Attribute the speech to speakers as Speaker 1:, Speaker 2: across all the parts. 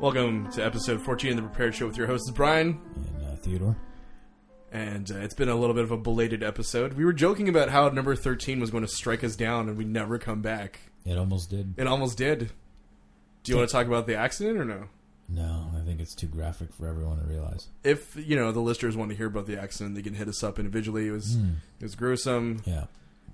Speaker 1: Welcome to episode 14 of the Prepared Show with your hosts, Brian.
Speaker 2: And uh, Theodore.
Speaker 1: And uh, it's been a little bit of a belated episode. We were joking about how number 13 was going to strike us down and we'd never come back.
Speaker 2: It almost did.
Speaker 1: It almost did. Do you want to talk about the accident or no?
Speaker 2: No, I think it's too graphic for everyone to realize.
Speaker 1: If, you know, the listeners want to hear about the accident, they can hit us up individually. It was,
Speaker 2: Hmm.
Speaker 1: it was gruesome.
Speaker 2: Yeah.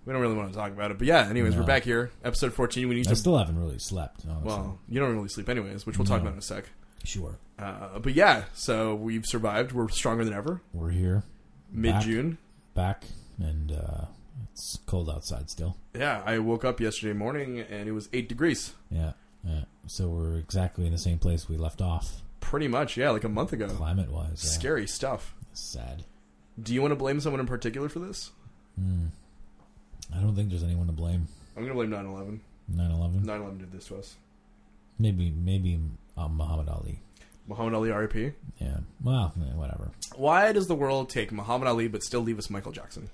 Speaker 1: We don't really want to talk about it. But yeah, anyways, we're
Speaker 2: No.
Speaker 1: back here. Episode 14. We need
Speaker 2: I
Speaker 1: to.
Speaker 2: still haven't really slept, honestly.
Speaker 1: well, you don't really sleep anyways, which we'll talk
Speaker 2: No.
Speaker 1: about in a sec.
Speaker 2: sure.
Speaker 1: Uh, but yeah, so we've survived. We're stronger than ever.
Speaker 2: We're here,
Speaker 1: Mid June.
Speaker 2: back, and uh, it's cold outside still.
Speaker 1: Yeah, I woke up yesterday morning and it was eight degrees.
Speaker 2: Yeah. yeah. So we're exactly in the same place we left off,
Speaker 1: Pretty much, yeah, like a month ago.
Speaker 2: climate wise. Yeah.
Speaker 1: Scary stuff.
Speaker 2: Sad.
Speaker 1: Do you want to blame someone in particular for this?
Speaker 2: Hmm. I don't think there's anyone to blame.
Speaker 1: I'm going to blame 9 11.
Speaker 2: 9 11?
Speaker 1: 9 11 did this to us.
Speaker 2: Maybe, maybe uh, Muhammad Ali.
Speaker 1: Muhammad Ali RIP.
Speaker 2: Yeah. Well, eh, whatever.
Speaker 1: Why does the world take Muhammad Ali but still leave us Michael Jackson?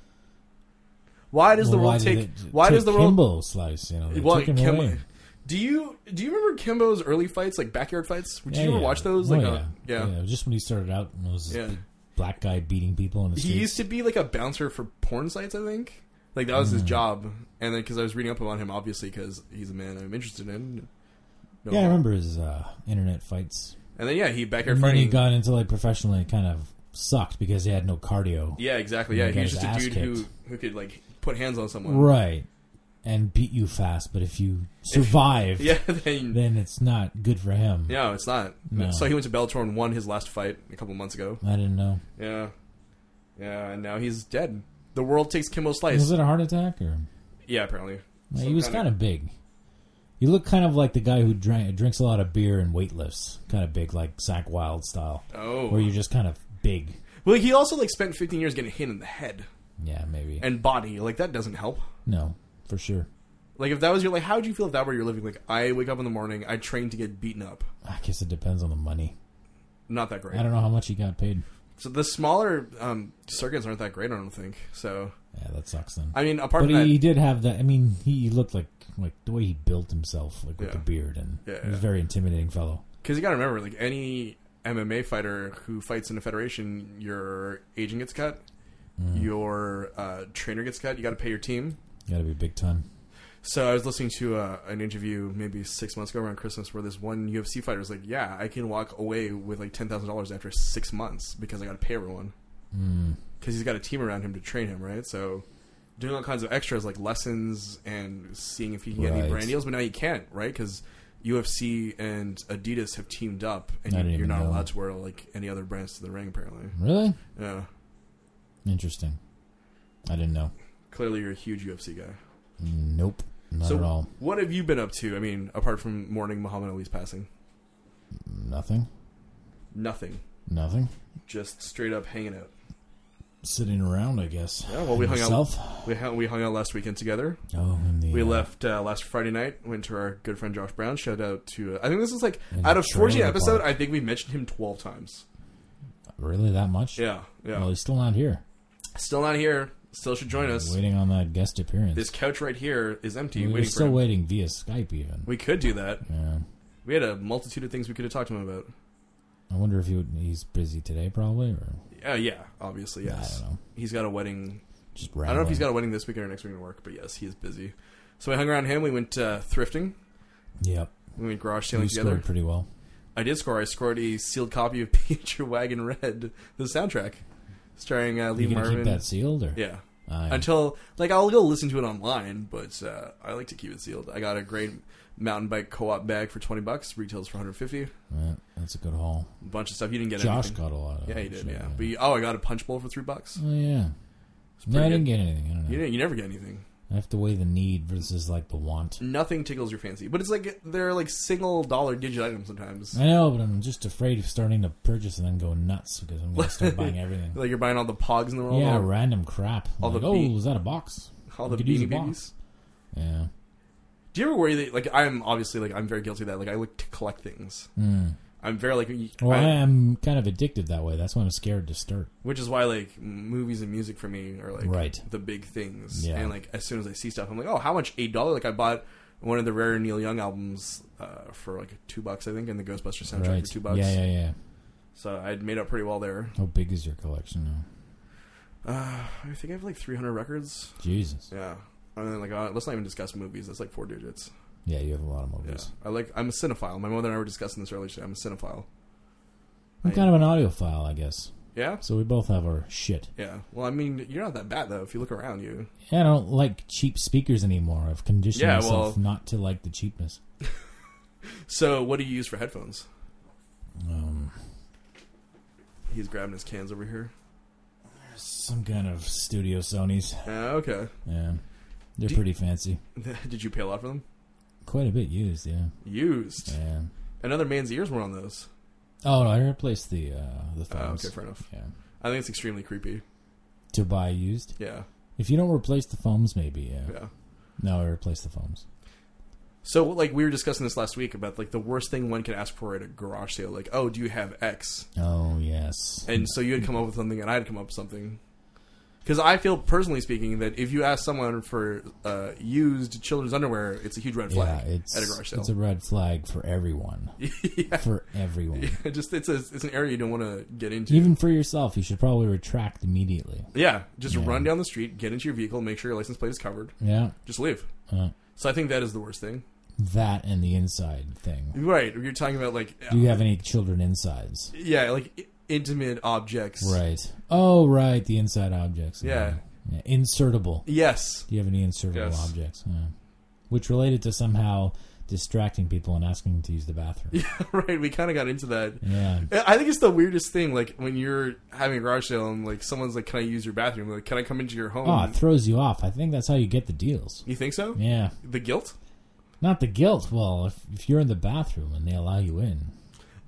Speaker 1: Why does the
Speaker 2: Well,
Speaker 1: world
Speaker 2: did
Speaker 1: take.
Speaker 2: they t-
Speaker 1: Why
Speaker 2: take
Speaker 1: does the world.
Speaker 2: Kimbo slice? You know, they
Speaker 1: Well,
Speaker 2: took him
Speaker 1: Kimbo-
Speaker 2: away.
Speaker 1: do you do you remember Kimbo's early fights, like backyard fights? Did
Speaker 2: Yeah,
Speaker 1: you ever
Speaker 2: yeah.
Speaker 1: watch those?
Speaker 2: Oh,
Speaker 1: Like,
Speaker 2: yeah.
Speaker 1: a, yeah.
Speaker 2: yeah, just when he started out, and was this
Speaker 1: Yeah.
Speaker 2: big black guy beating people in the
Speaker 1: He
Speaker 2: streets.
Speaker 1: used to be like a bouncer for porn sites, I think. Like that was
Speaker 2: Mm.
Speaker 1: his job. And then because I was reading up about him, obviously because he's a man I'm interested in. No.
Speaker 2: Yeah, I remember his uh, internet fights.
Speaker 1: And then yeah, he back here
Speaker 2: And then he
Speaker 1: fighting.
Speaker 2: got into like professional and it kind of sucked because he had no cardio.
Speaker 1: yeah, exactly. Yeah,
Speaker 2: he got
Speaker 1: he's
Speaker 2: his
Speaker 1: just a
Speaker 2: ass
Speaker 1: dude who
Speaker 2: kicked.
Speaker 1: who could like put hands on someone.
Speaker 2: Right. And beat you fast, but if you survive,
Speaker 1: Yeah, then,
Speaker 2: then it's not good for him.
Speaker 1: no, it's not.
Speaker 2: No.
Speaker 1: So he went to Bellator and won his last fight a couple months ago.
Speaker 2: I didn't know.
Speaker 1: Yeah, yeah, and now he's dead. The world takes Kimbo Slice.
Speaker 2: Was it a heart attack or?
Speaker 1: Yeah, apparently.
Speaker 2: Like,
Speaker 1: Some
Speaker 2: he was
Speaker 1: kinda-
Speaker 2: kind of big. He looked kind of like the guy who drank, drinks a lot of beer and weight lifts. Kind of big, like Zach Wild style, where
Speaker 1: Oh,
Speaker 2: you're just kind of big.
Speaker 1: well, he also like spent 15 years getting hit in the head
Speaker 2: Yeah, maybe.
Speaker 1: and body. Like that doesn't help.
Speaker 2: no, for sure.
Speaker 1: Like if that was your like, how would you feel if that were your living? Like I wake up in the morning, I train to get beaten up.
Speaker 2: I guess it depends on the money.
Speaker 1: Not that
Speaker 2: I
Speaker 1: great.
Speaker 2: don't know how much he got paid.
Speaker 1: So the smaller um, circuits aren't that great. I don't think so.
Speaker 2: Yeah, that sucks then.
Speaker 1: I mean, apart
Speaker 2: But
Speaker 1: from
Speaker 2: he, he
Speaker 1: that,
Speaker 2: did have that. I mean, he looked like like the way he built himself, like with
Speaker 1: Yeah.
Speaker 2: the beard, and
Speaker 1: Yeah,
Speaker 2: he was
Speaker 1: yeah.
Speaker 2: a very intimidating fellow.
Speaker 1: because you got to remember, like any MMA fighter who fights in a federation, your agent gets cut,
Speaker 2: Hmm.
Speaker 1: your uh, trainer gets cut. You got to pay your team.
Speaker 2: Got to be big time.
Speaker 1: So I was listening to uh, an interview maybe six months ago around Christmas, where this one UFC fighter was like, "Yeah, I can walk away with like ten thousand dollars after six months because I got to pay everyone
Speaker 2: Hmm,
Speaker 1: because he's got a team around him to train him, right? So doing all kinds of extras like lessons and seeing if he can get any
Speaker 2: Right.
Speaker 1: brand deals, but now he can't, right? Because UFC and Adidas have teamed up, and
Speaker 2: I
Speaker 1: you,
Speaker 2: didn't
Speaker 1: you're
Speaker 2: even
Speaker 1: not
Speaker 2: know
Speaker 1: allowed
Speaker 2: that.
Speaker 1: to wear like any other brands to the ring, apparently.
Speaker 2: Really
Speaker 1: Yeah,
Speaker 2: interesting. I didn't know.
Speaker 1: clearly you're a huge UFC guy.
Speaker 2: Nope, not
Speaker 1: so
Speaker 2: at all.
Speaker 1: what have you been up to? I mean, apart from mourning Muhammad Ali's passing,
Speaker 2: Nothing.
Speaker 1: nothing.
Speaker 2: Nothing.
Speaker 1: Just straight up hanging out.
Speaker 2: Sitting around, I guess.
Speaker 1: Yeah, well, we hung out-
Speaker 2: Myself?
Speaker 1: We hung, we hung out last weekend together.
Speaker 2: Oh, and the,
Speaker 1: We
Speaker 2: uh,
Speaker 1: left uh, last Friday night. Went to our good friend Josh Brown. Shout out to uh, I think this is like
Speaker 2: And
Speaker 1: out of
Speaker 2: Trailer
Speaker 1: 14 episode.
Speaker 2: Park.
Speaker 1: I think we mentioned him 12 times.
Speaker 2: Really, that much?
Speaker 1: Yeah, yeah.
Speaker 2: Well, he's still not here.
Speaker 1: still not here. Still should join us.
Speaker 2: Waiting on that guest appearance.
Speaker 1: This couch right here is empty.
Speaker 2: we were
Speaker 1: waiting for
Speaker 2: still
Speaker 1: him.
Speaker 2: waiting via Skype, even.
Speaker 1: We could do that.
Speaker 2: yeah.
Speaker 1: We had a multitude of things we could have talked to him about.
Speaker 2: I wonder if he would, he's busy today, probably, or
Speaker 1: Yeah, yeah. Obviously, yes.
Speaker 2: I don't know.
Speaker 1: He's got a wedding.
Speaker 2: Just
Speaker 1: I don't know if he's got a wedding this weekend or next weekend at work, but yes, he is busy. So we hung around him. We went uh, thrifting.
Speaker 2: Yep.
Speaker 1: We went garage
Speaker 2: He
Speaker 1: sailing together.
Speaker 2: scored pretty well.
Speaker 1: I did score. I scored a sealed copy of Picture Wagon Red, the soundtrack, starring uh, Lee
Speaker 2: you gonna
Speaker 1: Marvin.
Speaker 2: keep that sealed, or
Speaker 1: Yeah.
Speaker 2: I-
Speaker 1: Until like I'll go listen to it online, but uh, I like to keep it sealed. I got a great mountain bike co-op bag for twenty bucks. Retails for one hundred fifty. A
Speaker 2: Yeah, that's a good haul.
Speaker 1: bunch of stuff you didn't get.
Speaker 2: Josh
Speaker 1: anything.
Speaker 2: got a lot of.
Speaker 1: yeah,
Speaker 2: it,
Speaker 1: he did.
Speaker 2: actually,
Speaker 1: Yeah. But you, oh, I got a punch bowl for three bucks.
Speaker 2: oh yeah. No, I
Speaker 1: pretty
Speaker 2: didn't
Speaker 1: good.
Speaker 2: get anything. I don't know.
Speaker 1: You didn't, you never get anything.
Speaker 2: I have to weigh the need versus like the want.
Speaker 1: Nothing tickles your fancy, but it's like they're like single dollar digit items sometimes.
Speaker 2: I know, but I'm just afraid of starting to purchase and then go nuts because I'm gonna start buying everything.
Speaker 1: Like you're buying all the pogs in the world.
Speaker 2: yeah,
Speaker 1: all,
Speaker 2: random crap.
Speaker 1: all
Speaker 2: like,
Speaker 1: the
Speaker 2: oh,
Speaker 1: beat-
Speaker 2: is that a box?
Speaker 1: all
Speaker 2: We
Speaker 1: the
Speaker 2: could use a
Speaker 1: beanie
Speaker 2: box.
Speaker 1: babies.
Speaker 2: Yeah.
Speaker 1: Do you ever worry that like I'm obviously like I'm very guilty of that. Like I like to collect things. I'm very like, y-
Speaker 2: Hmm. Well,
Speaker 1: I-
Speaker 2: I, am kind of addicted that way. That's why I'm scared to start.
Speaker 1: which is why like movies and music for me are like
Speaker 2: Right.
Speaker 1: the big things.
Speaker 2: Yeah.
Speaker 1: And like as soon as I see stuff, I'm like, oh, how much? Eight dollar? Like I bought one of the rare Neil Young albums uh, for like two bucks, I think, and the Ghostbusters soundtrack
Speaker 2: right.
Speaker 1: for two bucks.
Speaker 2: Yeah, yeah, yeah.
Speaker 1: So I'd made up pretty well there.
Speaker 2: How big is your collection now?
Speaker 1: Uh, I think I have like 300 records.
Speaker 2: Jesus.
Speaker 1: Yeah. And then like uh, let's not even discuss movies. That's like four digits.
Speaker 2: Yeah, you have a lot of
Speaker 1: Yeah.
Speaker 2: movies.
Speaker 1: I like. I'm a cinephile. My mother and I were discussing this earlier. Today. I'm a cinephile.
Speaker 2: I'm kind of an audiophile, I guess.
Speaker 1: Yeah.
Speaker 2: So we both have our shit.
Speaker 1: Yeah. Well, I mean, you're not that bad though. If you look around, you.
Speaker 2: Yeah, I don't like cheap speakers anymore. I've conditioned
Speaker 1: Yeah,
Speaker 2: myself
Speaker 1: well-
Speaker 2: not to like the cheapness.
Speaker 1: So what do you use for headphones?
Speaker 2: Um,
Speaker 1: He's grabbing his cans over here.
Speaker 2: some kind of studio Sony's.
Speaker 1: Uh, okay.
Speaker 2: Yeah, they're
Speaker 1: Do-
Speaker 2: pretty fancy.
Speaker 1: Did you pay a lot for them?
Speaker 2: Quite a bit used. Yeah,
Speaker 1: Used.
Speaker 2: yeah.
Speaker 1: Another man's ears were on those.
Speaker 2: Oh no, I replaced the uh, the
Speaker 1: Oh,
Speaker 2: thumbs.
Speaker 1: okay, fair enough.
Speaker 2: Yeah,
Speaker 1: I think it's extremely creepy.
Speaker 2: to buy used.
Speaker 1: Yeah,
Speaker 2: If you don't replace the foams, maybe. Yeah.
Speaker 1: yeah.
Speaker 2: No, I replaced the foams.
Speaker 1: So, like, we were discussing this last week about like the worst thing one could ask for at a garage sale. Like, oh, do you have X?
Speaker 2: Oh yes.
Speaker 1: And so you had come up with something, and I had come up with something. Because I feel, personally speaking, that if you ask someone for uh, used children's underwear, it's a huge red
Speaker 2: yeah,
Speaker 1: flag
Speaker 2: it's
Speaker 1: at a garage sale.
Speaker 2: it's a red flag for everyone.
Speaker 1: yeah,
Speaker 2: For everyone.
Speaker 1: It just it's a, it's an area you don't want to get into.
Speaker 2: Even for yourself, you should probably retract immediately.
Speaker 1: yeah, just
Speaker 2: Yeah.
Speaker 1: run down the street, get into your vehicle, make sure your license plate is covered,
Speaker 2: Yeah.
Speaker 1: just leave.
Speaker 2: Uh,
Speaker 1: So I think that is the worst thing.
Speaker 2: that and the inside thing.
Speaker 1: Right? You're talking about like
Speaker 2: Do you have any children insides?
Speaker 1: yeah, like i- intimate objects.
Speaker 2: Right. Oh, right. The inside objects.
Speaker 1: Yeah.
Speaker 2: Yeah. Insertable.
Speaker 1: Yes.
Speaker 2: Do you have any insertable
Speaker 1: Yes.
Speaker 2: objects? Yeah. Which related to somehow distracting people and asking them to use the bathroom.
Speaker 1: right. We kind of got into that.
Speaker 2: Yeah.
Speaker 1: I think it's the weirdest thing. Like when you're having a garage sale and like someone's like, "Can I use your bathroom? Like, can I come into your home?"
Speaker 2: Oh, it throws you off. I think that's how you get the deals.
Speaker 1: you think so?
Speaker 2: Yeah.
Speaker 1: The guilt?
Speaker 2: Not the guilt. Well, if, if you're in the bathroom and they allow you in,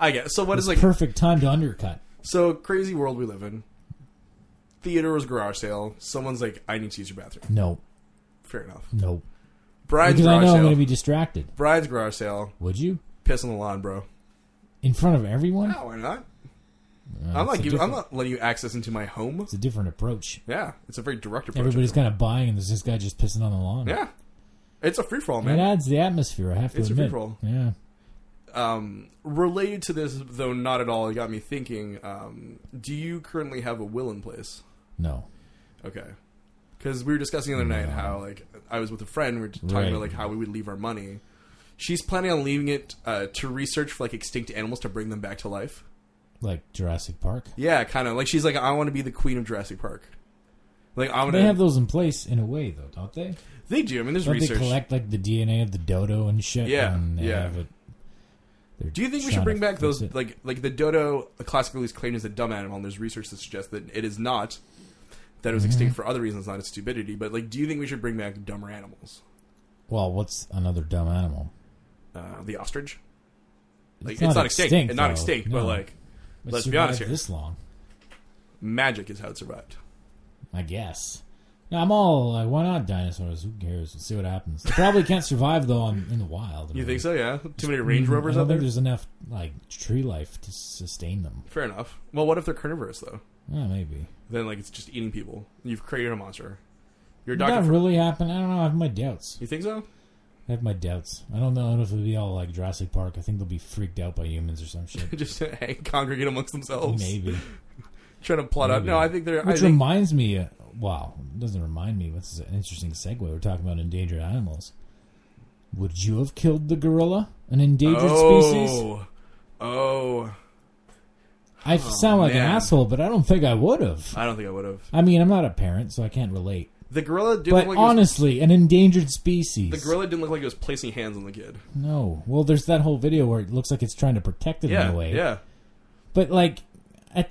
Speaker 1: I guess. So what
Speaker 2: it's
Speaker 1: is like
Speaker 2: perfect time to undercut.
Speaker 1: so crazy world we live in? Theater was garage sale. Someone's like, "I need to use your bathroom."
Speaker 2: No,
Speaker 1: Fair enough.
Speaker 2: no.
Speaker 1: Brian's
Speaker 2: because I
Speaker 1: garage
Speaker 2: know I'm
Speaker 1: sale.
Speaker 2: going to be distracted.
Speaker 1: Brian's garage sale.
Speaker 2: Would you?
Speaker 1: Piss on the lawn, bro.
Speaker 2: In front of everyone?
Speaker 1: No, why not?
Speaker 2: Uh,
Speaker 1: I'm
Speaker 2: it's
Speaker 1: not
Speaker 2: a
Speaker 1: giving, I'm
Speaker 2: different-
Speaker 1: not letting you access into my home.
Speaker 2: It's a different approach.
Speaker 1: Yeah, it's a very direct approach.
Speaker 2: Everybody's kind of buying, and there's this guy just pissing on the lawn.
Speaker 1: Yeah, it's a free for all,
Speaker 2: It
Speaker 1: man.
Speaker 2: adds the atmosphere, I have to
Speaker 1: It's a
Speaker 2: admit.
Speaker 1: free-for-all.
Speaker 2: Yeah.
Speaker 1: Um, related to this, though not at all, it got me thinking. Um, do you currently have a will in place?
Speaker 2: No.
Speaker 1: Okay, because we were discussing the other night
Speaker 2: No.
Speaker 1: how like I was with a friend. We were talking
Speaker 2: Right.
Speaker 1: about like how we would leave our money. She's planning on leaving it uh, to research for like extinct animals to bring them back to life.
Speaker 2: Like Jurassic Park.
Speaker 1: Yeah, kind of like she's like I want to be the queen of Jurassic Park. Like I'm gonna.
Speaker 2: They have those in place in a way, though, don't they?
Speaker 1: they do. I mean, there's
Speaker 2: Don't
Speaker 1: research.
Speaker 2: they collect like the DNA of the dodo and shit?
Speaker 1: Yeah,
Speaker 2: and they
Speaker 1: yeah.
Speaker 2: have it- they're
Speaker 1: Do you think we
Speaker 2: trying
Speaker 1: should bring
Speaker 2: to
Speaker 1: back
Speaker 2: fix
Speaker 1: those
Speaker 2: it.
Speaker 1: like like the dodo classically is claimed as a dumb animal and there's research that suggests that it is not that it was extinct
Speaker 2: Mm-hmm.
Speaker 1: for other reasons, not its stupidity, but like do you think we should bring back dumber animals?
Speaker 2: Well, what's another dumb animal?
Speaker 1: Uh, the ostrich? Like it's, not, extinct. and not
Speaker 2: though.
Speaker 1: extinct,
Speaker 2: No.
Speaker 1: but like
Speaker 2: It
Speaker 1: let's be
Speaker 2: survived
Speaker 1: honest here.
Speaker 2: This long,
Speaker 1: magic is how it survived.
Speaker 2: I guess. Now, I'm all like, why not dinosaurs? Who cares? We'll see what happens. They probably can't survive though on, in the wild.
Speaker 1: You think so, yeah? Too many range
Speaker 2: Mm,
Speaker 1: rovers
Speaker 2: I don't
Speaker 1: out
Speaker 2: think
Speaker 1: there?
Speaker 2: there's enough like tree life to sustain them.
Speaker 1: Fair enough. Well what if they're carnivorous though?
Speaker 2: Yeah, maybe.
Speaker 1: Then like it's just eating people. You've created a monster. You're a
Speaker 2: Would
Speaker 1: doctor
Speaker 2: that
Speaker 1: for-
Speaker 2: really happen? I don't know. I have my doubts.
Speaker 1: You think so?
Speaker 2: I have my doubts. I don't know if it'll be all like Jurassic Park. I think they'll be freaked out by humans or some shit.
Speaker 1: just hang, congregate amongst themselves.
Speaker 2: maybe.
Speaker 1: Trying to plot out
Speaker 2: Maybe.
Speaker 1: No, I think they're I
Speaker 2: Which
Speaker 1: think-
Speaker 2: reminds me, uh, wow, it doesn't remind me. but This is an interesting segue. We're talking about endangered animals. Would you have killed the gorilla, an endangered species?
Speaker 1: Oh. Oh.
Speaker 2: I f- sound like an
Speaker 1: man.
Speaker 2: asshole, but I don't think I would have.
Speaker 1: I don't think I would have.
Speaker 2: I mean, I'm not a parent, so I can't relate.
Speaker 1: The gorilla didn't
Speaker 2: But
Speaker 1: look like it was,
Speaker 2: honestly, an endangered species.
Speaker 1: the gorilla didn't look like it was placing hands on the kid.
Speaker 2: No. Well, there's that whole video where it looks like it's trying to protect it in
Speaker 1: Yeah,
Speaker 2: a way.
Speaker 1: yeah.
Speaker 2: But like, at,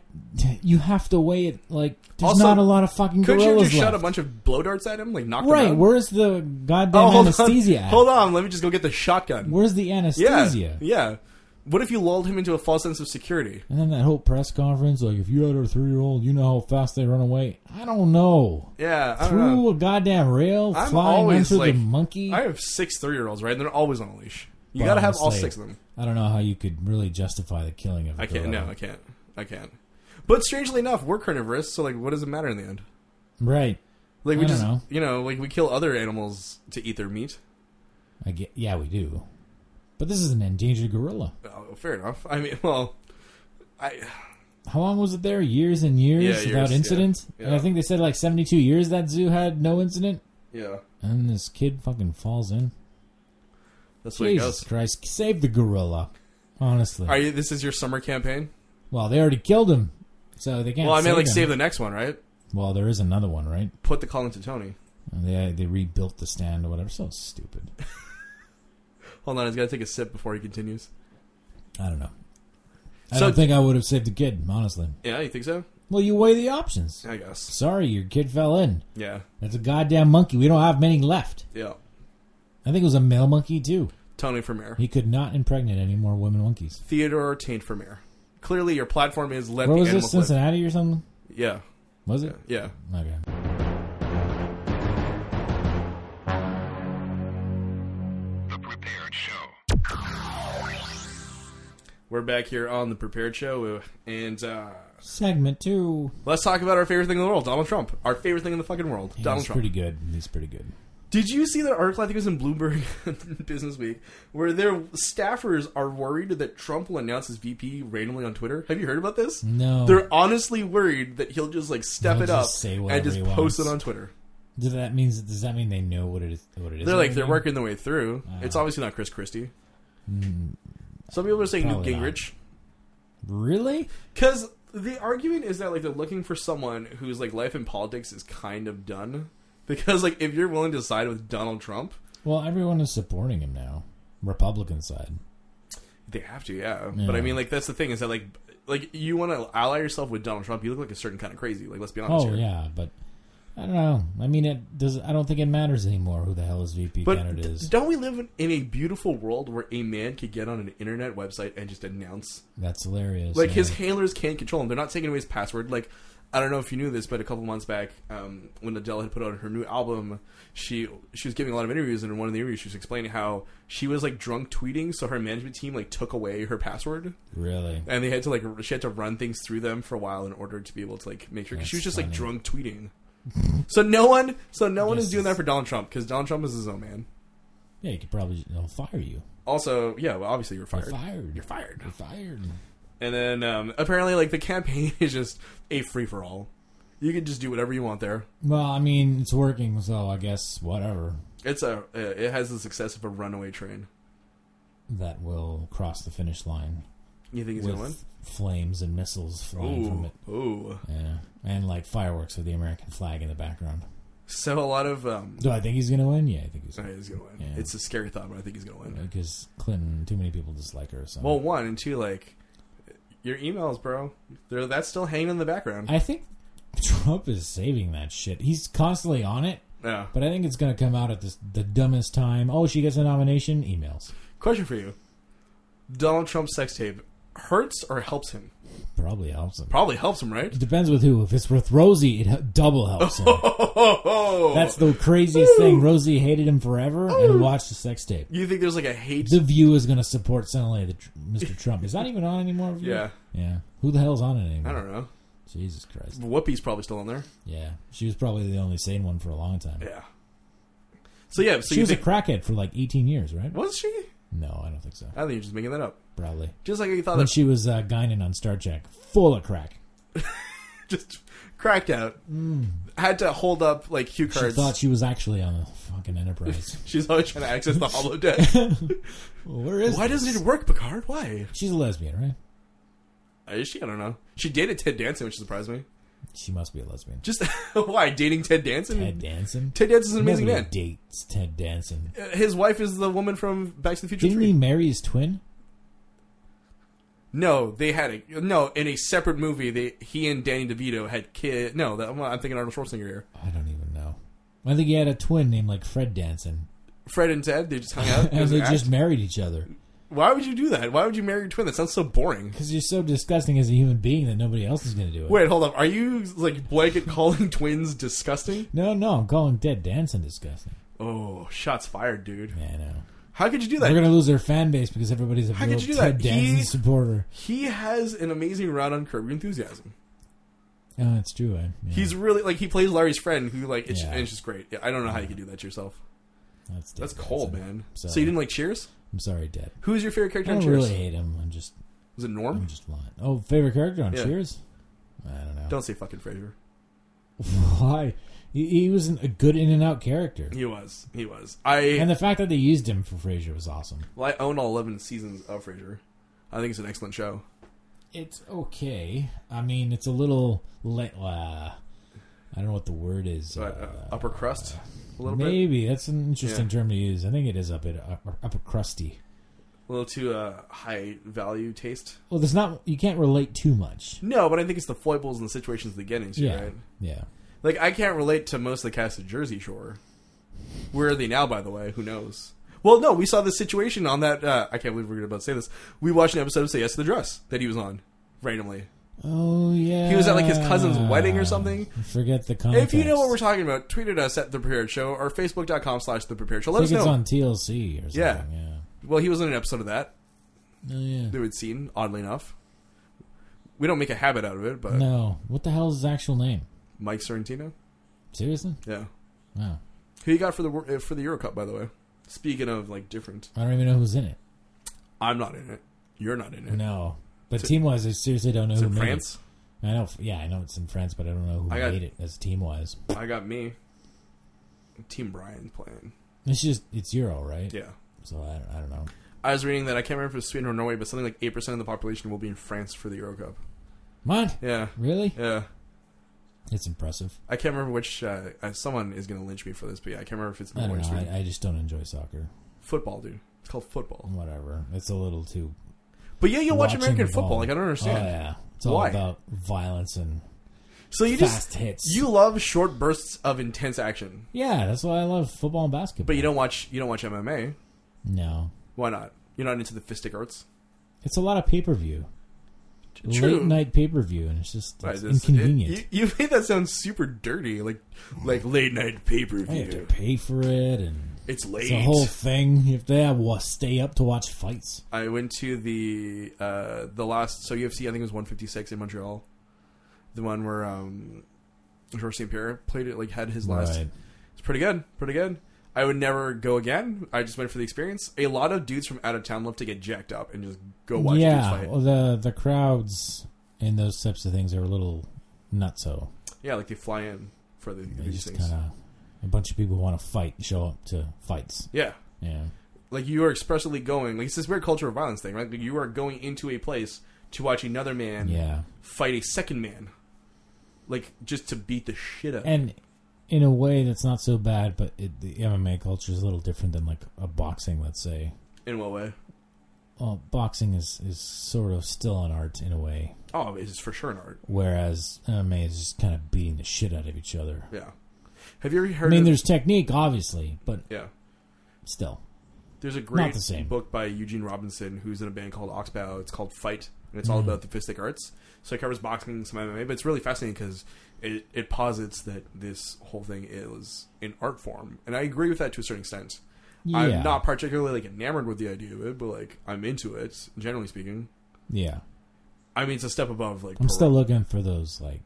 Speaker 2: you have to weigh it. Like, there's
Speaker 1: Also,
Speaker 2: not a lot of fucking
Speaker 1: Could
Speaker 2: gorillas
Speaker 1: you just
Speaker 2: left.
Speaker 1: shot a bunch of blow darts at him, like knock
Speaker 2: right?
Speaker 1: him out?
Speaker 2: Where's the goddamn
Speaker 1: oh, hold
Speaker 2: anesthesia?
Speaker 1: on.
Speaker 2: at?
Speaker 1: Hold on, let me just go get the shotgun.
Speaker 2: Where's the
Speaker 1: yeah,
Speaker 2: anesthesia?
Speaker 1: yeah. What if you lulled him into a false sense of security?
Speaker 2: And then that whole press conference, like, if you had a three-year-old, you know how fast they run away. I don't know.
Speaker 1: Yeah, I don't
Speaker 2: Through
Speaker 1: know.
Speaker 2: a goddamn rail,
Speaker 1: I'm
Speaker 2: flying
Speaker 1: always,
Speaker 2: into
Speaker 1: like-
Speaker 2: the monkey.
Speaker 1: I have six three-year-olds, right? And they're always on a leash. You
Speaker 2: Well,
Speaker 1: gotta have all
Speaker 2: honestly,
Speaker 1: six of them.
Speaker 2: I don't know how you could really justify the killing of. a
Speaker 1: I can't.
Speaker 2: gorilla.
Speaker 1: No, I can't. I can't. But strangely enough, we're carnivorous, so like, what does it matter in the end?
Speaker 2: Right.
Speaker 1: Like we
Speaker 2: I don't
Speaker 1: just,
Speaker 2: know.
Speaker 1: you know, like we kill other animals to eat their meat.
Speaker 2: I get, yeah, we do. But this is an endangered gorilla.
Speaker 1: Oh, fair enough. I mean, well, I
Speaker 2: How long was it there? Years and years
Speaker 1: Yeah, years,
Speaker 2: without
Speaker 1: yeah.
Speaker 2: incident? And I
Speaker 1: Yeah.
Speaker 2: think they said like 72 years that zoo had no incident.
Speaker 1: yeah,
Speaker 2: And this kid fucking falls in.
Speaker 1: that's what it
Speaker 2: Jesus
Speaker 1: goes.
Speaker 2: Christ, save the gorilla. Honestly.
Speaker 1: Are you? This is your summer campaign.
Speaker 2: well, they already killed him. So they can't
Speaker 1: well, I mean, like
Speaker 2: him.
Speaker 1: save the next one, right?
Speaker 2: Well, there is another one, right?
Speaker 1: Put the call into Tony.
Speaker 2: And They, they rebuilt the stand or whatever. So stupid.
Speaker 1: Hold on, he's got to take a sip before he continues.
Speaker 2: I don't know. I
Speaker 1: So-
Speaker 2: don't think I would have saved the kid, honestly.
Speaker 1: Yeah, you think so?
Speaker 2: Well, you weigh the options.
Speaker 1: I guess.
Speaker 2: Sorry, your kid fell in.
Speaker 1: Yeah,
Speaker 2: That's a goddamn monkey. We don't have many left.
Speaker 1: yeah.
Speaker 2: I think it was a male monkey, too.
Speaker 1: Tony for mayor.
Speaker 2: He could not impregnate any more women monkeys.
Speaker 1: Theodore Taint for mayor. Clearly, your platform is let
Speaker 2: Where
Speaker 1: the
Speaker 2: was
Speaker 1: animals
Speaker 2: this?
Speaker 1: live.
Speaker 2: Cincinnati or something?
Speaker 1: Yeah,
Speaker 2: Was it?
Speaker 1: yeah.
Speaker 2: Okay.
Speaker 3: The Prepared Show.
Speaker 1: We're back here on the prepared show, and uh,
Speaker 2: Segment two.
Speaker 1: let's talk about our favorite thing in the world, Donald Trump. Our favorite thing in the fucking world, Donald
Speaker 2: He's
Speaker 1: Trump.
Speaker 2: pretty good. He's pretty good.
Speaker 1: Did you see that article? I think it was in Bloomberg Business Week, where their staffers are worried that Trump will announce his VP randomly on Twitter. Have you heard about this?
Speaker 2: No.
Speaker 1: They're honestly worried that he'll just like step
Speaker 2: He'll
Speaker 1: it
Speaker 2: just
Speaker 1: up
Speaker 2: say
Speaker 1: and
Speaker 2: whatever
Speaker 1: just
Speaker 2: he
Speaker 1: post
Speaker 2: wants.
Speaker 1: it on Twitter.
Speaker 2: Does that means does that mean they know what it is? What it is?
Speaker 1: They're like
Speaker 2: already?
Speaker 1: they're working their way through. It's obviously not Chris Christie. Some people are saying Newt
Speaker 2: Hmm. probably not.
Speaker 1: Gingrich
Speaker 2: Really?
Speaker 1: because the argument is that like they're looking for someone whose like life in politics is kind of done. Because like if you're willing to side with Donald Trump,
Speaker 2: Well, everyone is supporting him now. Republican side.
Speaker 1: They have to, yeah.
Speaker 2: Yeah.
Speaker 1: But I mean, like that's the thing is that like like you want to ally yourself with Donald Trump, you look like a certain kind of crazy. Like let's be honest
Speaker 2: Oh
Speaker 1: here.
Speaker 2: yeah, but I don't know. I mean, it does. I don't think it matters anymore who the hell his VP
Speaker 1: But
Speaker 2: candidate
Speaker 1: d-
Speaker 2: is.
Speaker 1: don't we live in, in a beautiful world where a man could get on an internet website and just announce
Speaker 2: That's hilarious.
Speaker 1: like
Speaker 2: yeah.
Speaker 1: his handlers can't control him. They're not taking away his password. Like I don't know if you knew this, but a couple months back, um, when Adele had put out her new album, she she was giving a lot of interviews, and in one of the interviews, she was explaining how she was like drunk tweeting, so her management team like took away her password.
Speaker 2: really.
Speaker 1: and they had to like r- she had to run things through them for a while in order to be able to like make sure 'cause she was
Speaker 2: That's
Speaker 1: just like
Speaker 2: funny.
Speaker 1: drunk tweeting. so no one, so no one
Speaker 2: Yes,
Speaker 1: is doing that
Speaker 2: it's-
Speaker 1: for Donald Trump because Donald Trump is his own man.
Speaker 2: Yeah, you could probably they'll fire you.
Speaker 1: Also, yeah, well, obviously you're
Speaker 2: You're
Speaker 1: fired.
Speaker 2: fired.
Speaker 1: You're fired.
Speaker 2: You're fired.
Speaker 1: And then um, apparently, like the campaign is just a free for all. You can just do whatever you want there.
Speaker 2: Well, I mean, it's working, so I guess whatever
Speaker 1: It's a uh, it has the success of a runaway train.
Speaker 2: that will cross the finish line
Speaker 1: You think he's gonna win?
Speaker 2: with flames and missiles flying from
Speaker 1: Ooh,
Speaker 2: it.
Speaker 1: ooh.
Speaker 2: Yeah, and like fireworks with the American flag in the background.
Speaker 1: So a lot of um,
Speaker 2: Do I think he's gonna win? Yeah, I think he's
Speaker 1: sorry, he's gonna win.
Speaker 2: Yeah.
Speaker 1: It's a scary thought, but I think he's gonna win.
Speaker 2: because Clinton. Too many people dislike her. So
Speaker 1: Well, one and two, like your emails, bro. They're that's still hanging in the background.
Speaker 2: I think Trump is saving that shit. He's constantly on it,
Speaker 1: yeah.
Speaker 2: but I think it's gonna come out at this, the dumbest time. Oh, she gets a nomination. Emails
Speaker 1: Question for you: Donald Trump's sex tape hurts or helps him?
Speaker 2: probably helps him.
Speaker 1: Probably helps him, right?
Speaker 2: It depends with who. If it's with Rosie, it he- double helps him. That's the craziest thing. Rosie hated him forever and watched the sex tape.
Speaker 1: you think there's like a hate?
Speaker 2: The View is going to support suddenly the, tr- Mr. Trump. Is that even on anymore? View?
Speaker 1: yeah,
Speaker 2: Yeah. Who the hell's on it anymore?
Speaker 1: I don't know.
Speaker 2: Jesus Christ.
Speaker 1: Whoopi's probably still on there.
Speaker 2: Yeah. She was probably the only sane one for a long time.
Speaker 1: Yeah. So yeah, so
Speaker 2: she
Speaker 1: you
Speaker 2: was
Speaker 1: think
Speaker 2: a crackhead for like 18 years, right?
Speaker 1: was she?
Speaker 2: No, I don't think so.
Speaker 1: I think you're just making that up.
Speaker 2: Probably.
Speaker 1: Just like you thought
Speaker 2: When
Speaker 1: that
Speaker 2: she was uh, Guinan on Star Trek. Full of crack.
Speaker 1: just cracked out. Had to hold up like cue
Speaker 2: Hmm. She
Speaker 1: cards.
Speaker 2: thought she was actually on the fucking Enterprise.
Speaker 1: She's always trying to access the holodeck.
Speaker 2: Well, where is
Speaker 1: Why
Speaker 2: this?
Speaker 1: doesn't it work, Picard? Why? Uh,
Speaker 2: She's a lesbian, right?
Speaker 1: Is she? I don't know. She dated Ted Danson, which surprised me.
Speaker 2: She must be a lesbian.
Speaker 1: Just why dating Ted Danson?
Speaker 2: Ted Danson?
Speaker 1: Ted Danson's an amazing
Speaker 2: Nobody
Speaker 1: man.
Speaker 2: dates Ted Danson.
Speaker 1: His wife is the woman from Back to the Future
Speaker 2: Didn't
Speaker 1: Three.
Speaker 2: he marry his twin?
Speaker 1: No, they had a no in a separate movie. They he and Danny DeVito had kid. No, that, well, I'm thinking Arnold Schwarzenegger here.
Speaker 2: I don't even know. I think he had a twin named like Fred Danson.
Speaker 1: Fred and Ted they just hung out. It
Speaker 2: And
Speaker 1: was
Speaker 2: they
Speaker 1: an
Speaker 2: just
Speaker 1: act.
Speaker 2: married each other.
Speaker 1: Why would you do that? Why would you marry your twin? That sounds so boring.
Speaker 2: Because you're so disgusting as a human being that nobody else is going to do it.
Speaker 1: Wait, hold up. Are you like blanket calling twins disgusting?
Speaker 2: No, no, I'm calling Dead Danson disgusting.
Speaker 1: Oh, shots fired, dude.
Speaker 2: Yeah, I know.
Speaker 1: How could you do
Speaker 2: We're
Speaker 1: that?
Speaker 2: going to lose our fan base because everybody's a
Speaker 1: How
Speaker 2: real
Speaker 1: could you do
Speaker 2: Ted
Speaker 1: that?
Speaker 2: Danson
Speaker 1: He-
Speaker 2: supporter.
Speaker 1: He has an amazing round on Curb Your Enthusiasm.
Speaker 2: Oh, that's true. I, yeah.
Speaker 1: He's really like he plays Larry's friend, who like it's,
Speaker 2: Yeah.
Speaker 1: it's just great. I don't know how you could do that to yourself.
Speaker 2: That's dead.
Speaker 1: That's cold,
Speaker 2: That's-
Speaker 1: man.
Speaker 2: So-
Speaker 1: So you didn't like Cheers?
Speaker 2: I'm sorry, Dad.
Speaker 1: Who is your
Speaker 2: I
Speaker 1: favorite character on
Speaker 2: don't
Speaker 1: Cheers?
Speaker 2: really hate him. I'm just,
Speaker 1: Was it
Speaker 2: I'm
Speaker 1: Norm?
Speaker 2: just lying. Oh, favorite character on
Speaker 1: Yeah.
Speaker 2: Cheers? I don't know.
Speaker 1: Don't say fucking Frasier.
Speaker 2: Why? He, he was an- a good in and out character,
Speaker 1: He was. He was. I
Speaker 2: and the fact that they used him for Frasier was awesome.
Speaker 1: well, I own all eleven seasons of Frasier. I think it's an excellent show.
Speaker 2: It's okay. I mean, it's a little le- uh, I don't know what the word is.
Speaker 1: But uh, upper crust, a little bit,
Speaker 2: Maybe that's an interesting
Speaker 1: Yeah.
Speaker 2: term to use. I think it is up at upper, upper crusty.
Speaker 1: a little too uh, high value taste.
Speaker 2: Well, there's not you can't relate too much.
Speaker 1: No, but I think it's the foibles and the situations they get into,
Speaker 2: Yeah,
Speaker 1: right?
Speaker 2: yeah.
Speaker 1: Like I can't relate to most of the cast of Jersey Shore. Where are they now, by the way? Who knows? Well, no, we saw this situation on that. Uh, I can't believe we're about to say this. We watched an episode of Say Yes to the Dress that he was on randomly.
Speaker 2: Oh yeah.
Speaker 1: was at, like, his cousin's wedding or something.
Speaker 2: I forget the context.
Speaker 1: If you know what we're talking about, tweet at us at The Prepared Show or Facebook.com slash The Prepared Show.
Speaker 2: I
Speaker 1: Let us
Speaker 2: think it's
Speaker 1: know.
Speaker 2: on TLC or something. Yeah.
Speaker 1: Yeah. Well, he was on an episode of that
Speaker 2: Oh yeah.
Speaker 1: that we'd seen, oddly enough. We don't make a habit out of it, but
Speaker 2: No. What the hell is his actual name?
Speaker 1: Mike Sorrentino?
Speaker 2: Seriously?
Speaker 1: Yeah.
Speaker 2: Wow.
Speaker 1: Who you got for the wor- uh, for the Euro Cup, by the way? Speaking of, like, different.
Speaker 2: I don't even know who's in it.
Speaker 1: I'm not in it. You're not in it.
Speaker 2: No. But team wise, I seriously don't know
Speaker 1: It's
Speaker 2: who
Speaker 1: in
Speaker 2: made
Speaker 1: France.
Speaker 2: it. I know. Yeah, I know it's in France, but I don't know who
Speaker 1: I got-
Speaker 2: made it as team wise.
Speaker 1: I got me. Team Brian's playing.
Speaker 2: It's just it's Euro, right?
Speaker 1: Yeah.
Speaker 2: So I don't, I don't know.
Speaker 1: I was reading that I can't remember if it's Sweden or Norway, but something like eight percent of the population will be in France for the Euro Cup.
Speaker 2: Man,
Speaker 1: Yeah,
Speaker 2: really?
Speaker 1: yeah.
Speaker 2: It's impressive.
Speaker 1: I can't remember which. Uh, uh, someone is going to lynch me for this, but yeah, I can't remember if it's
Speaker 2: I
Speaker 1: Norway
Speaker 2: don't
Speaker 1: or
Speaker 2: know.
Speaker 1: Sweden.
Speaker 2: I, I just don't enjoy soccer.
Speaker 1: Football, dude. It's called football.
Speaker 2: Whatever. It's a little too.
Speaker 1: But yeah, you'll watch
Speaker 2: watching
Speaker 1: American
Speaker 2: the
Speaker 1: football.
Speaker 2: ball.
Speaker 1: Like I don't
Speaker 2: Oh
Speaker 1: understand.
Speaker 2: yeah. It's all
Speaker 1: Why?
Speaker 2: about violence and
Speaker 1: So you
Speaker 2: fast
Speaker 1: just
Speaker 2: hits.
Speaker 1: you love short bursts of intense action,
Speaker 2: Yeah, that's why I love football and basketball.
Speaker 1: but you don't watch you don't watch MMA.
Speaker 2: No,
Speaker 1: Why not? You're not into the fistic arts.
Speaker 2: it's a lot of pay per view,
Speaker 1: True.
Speaker 2: late night pay per view, and it's just
Speaker 1: Right,
Speaker 2: it's
Speaker 1: this- it-
Speaker 2: inconvenient.
Speaker 1: you, you made that sound super dirty, like like late night pay per
Speaker 2: I have to
Speaker 1: view.
Speaker 2: pay for it, and
Speaker 1: It's
Speaker 2: it's
Speaker 1: late.
Speaker 2: a whole thing. You have to have, wa- stay up to watch fights.
Speaker 1: I went to the uh, the last so UFC I think it was 156 in Montreal, the one where um, Georges St Pierre played it like had his last.
Speaker 2: Right.
Speaker 1: It's pretty good, pretty good. I would never go again. I just went for the experience. A lot of dudes from out of town love to get jacked up and just go watch dudes
Speaker 2: yeah,
Speaker 1: fight.
Speaker 2: well, the the crowds and those types of things are a little nutso.
Speaker 1: yeah, like they fly in for the,
Speaker 2: They
Speaker 1: these
Speaker 2: just
Speaker 1: things.
Speaker 2: kind of a bunch of people want to fight, show up to fights.
Speaker 1: Yeah,
Speaker 2: Yeah,
Speaker 1: like you are expressly going. Like it's this weird culture of violence thing, right? Like you are going into a place to watch another man
Speaker 2: yeah,
Speaker 1: fight a second man, like just to beat the shit up.
Speaker 2: and in a way that's not so bad, but it, the MMA culture is a little different than like a boxing, let's say.
Speaker 1: in what way?
Speaker 2: well, boxing is, is sort of still an art in a way,
Speaker 1: Oh, it's for sure an art.
Speaker 2: whereas MMA is just kind of beating the shit out of each other.
Speaker 1: Yeah. Have you ever
Speaker 2: I
Speaker 1: heard?
Speaker 2: mean,
Speaker 1: of,
Speaker 2: there's technique, obviously, but
Speaker 1: yeah.
Speaker 2: still.
Speaker 1: There's a great
Speaker 2: the same.
Speaker 1: book by Eugene Robinson, who's in a band called Oxbow. It's called Fight, and it's all
Speaker 2: Mm.
Speaker 1: about the fistic arts. So it covers boxing, some MMA, but it's really fascinating because it, it posits that this whole thing is an art form, and I agree with that to a certain extent.
Speaker 2: Yeah.
Speaker 1: I'm not particularly like enamored with the idea of it, but like I'm into it. Generally speaking,
Speaker 2: Yeah.
Speaker 1: I mean it's a step above like.
Speaker 2: I'm
Speaker 1: par-
Speaker 2: still looking for those, like,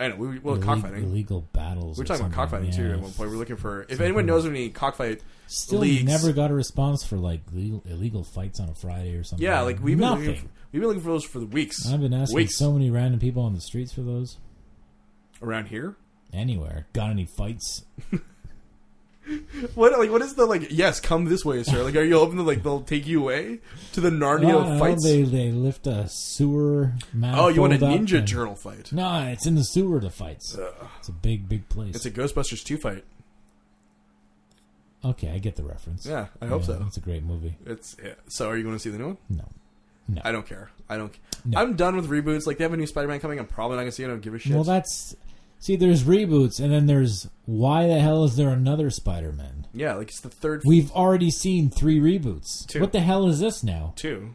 Speaker 1: I know. We, well,
Speaker 2: ille-
Speaker 1: cockfighting.
Speaker 2: illegal battles. or
Speaker 1: We are talking about
Speaker 2: something.
Speaker 1: cockfighting too.
Speaker 2: Yeah.
Speaker 1: At one point, we we're looking for if
Speaker 2: Something.
Speaker 1: anyone knows of any cockfight
Speaker 2: Still
Speaker 1: leagues.
Speaker 2: never got a response for, like, legal, illegal fights on a Friday or something.
Speaker 1: Yeah, like we've been
Speaker 2: Nothing.
Speaker 1: looking for, we've been looking for those for the weeks.
Speaker 2: I've been asking
Speaker 1: weeks
Speaker 2: so many random people on the streets for those.
Speaker 1: around here.
Speaker 2: Anywhere. Got any fights?
Speaker 1: What like what is the like? Yes, come this way, sir. Like, are you hoping that like they'll take you away to the Narnia
Speaker 2: No, no,
Speaker 1: fights?
Speaker 2: They, they lift a sewer
Speaker 1: oh, you want a
Speaker 2: manifold up
Speaker 1: Ninja
Speaker 2: and-
Speaker 1: Turtle fight?
Speaker 2: No, it's in the sewer. The fights. It's a big, big place.
Speaker 1: It's a Ghostbusters two fight.
Speaker 2: okay, I get the reference.
Speaker 1: Yeah, I hope so.
Speaker 2: It's a great movie.
Speaker 1: It's yeah. so. Are you going to see the new one?
Speaker 2: No,
Speaker 1: I don't care. I don't.
Speaker 2: No.
Speaker 1: I'm done with reboots. Like they have a new Spider-Man coming. I'm probably not going to see it. I don't give a shit.
Speaker 2: well, that's see. There's reboots, and then there's why the hell is there another Spider-Man?
Speaker 1: yeah, like it's the third
Speaker 2: We've already seen three reboots.
Speaker 1: Two.
Speaker 2: What the hell is this now?
Speaker 1: two.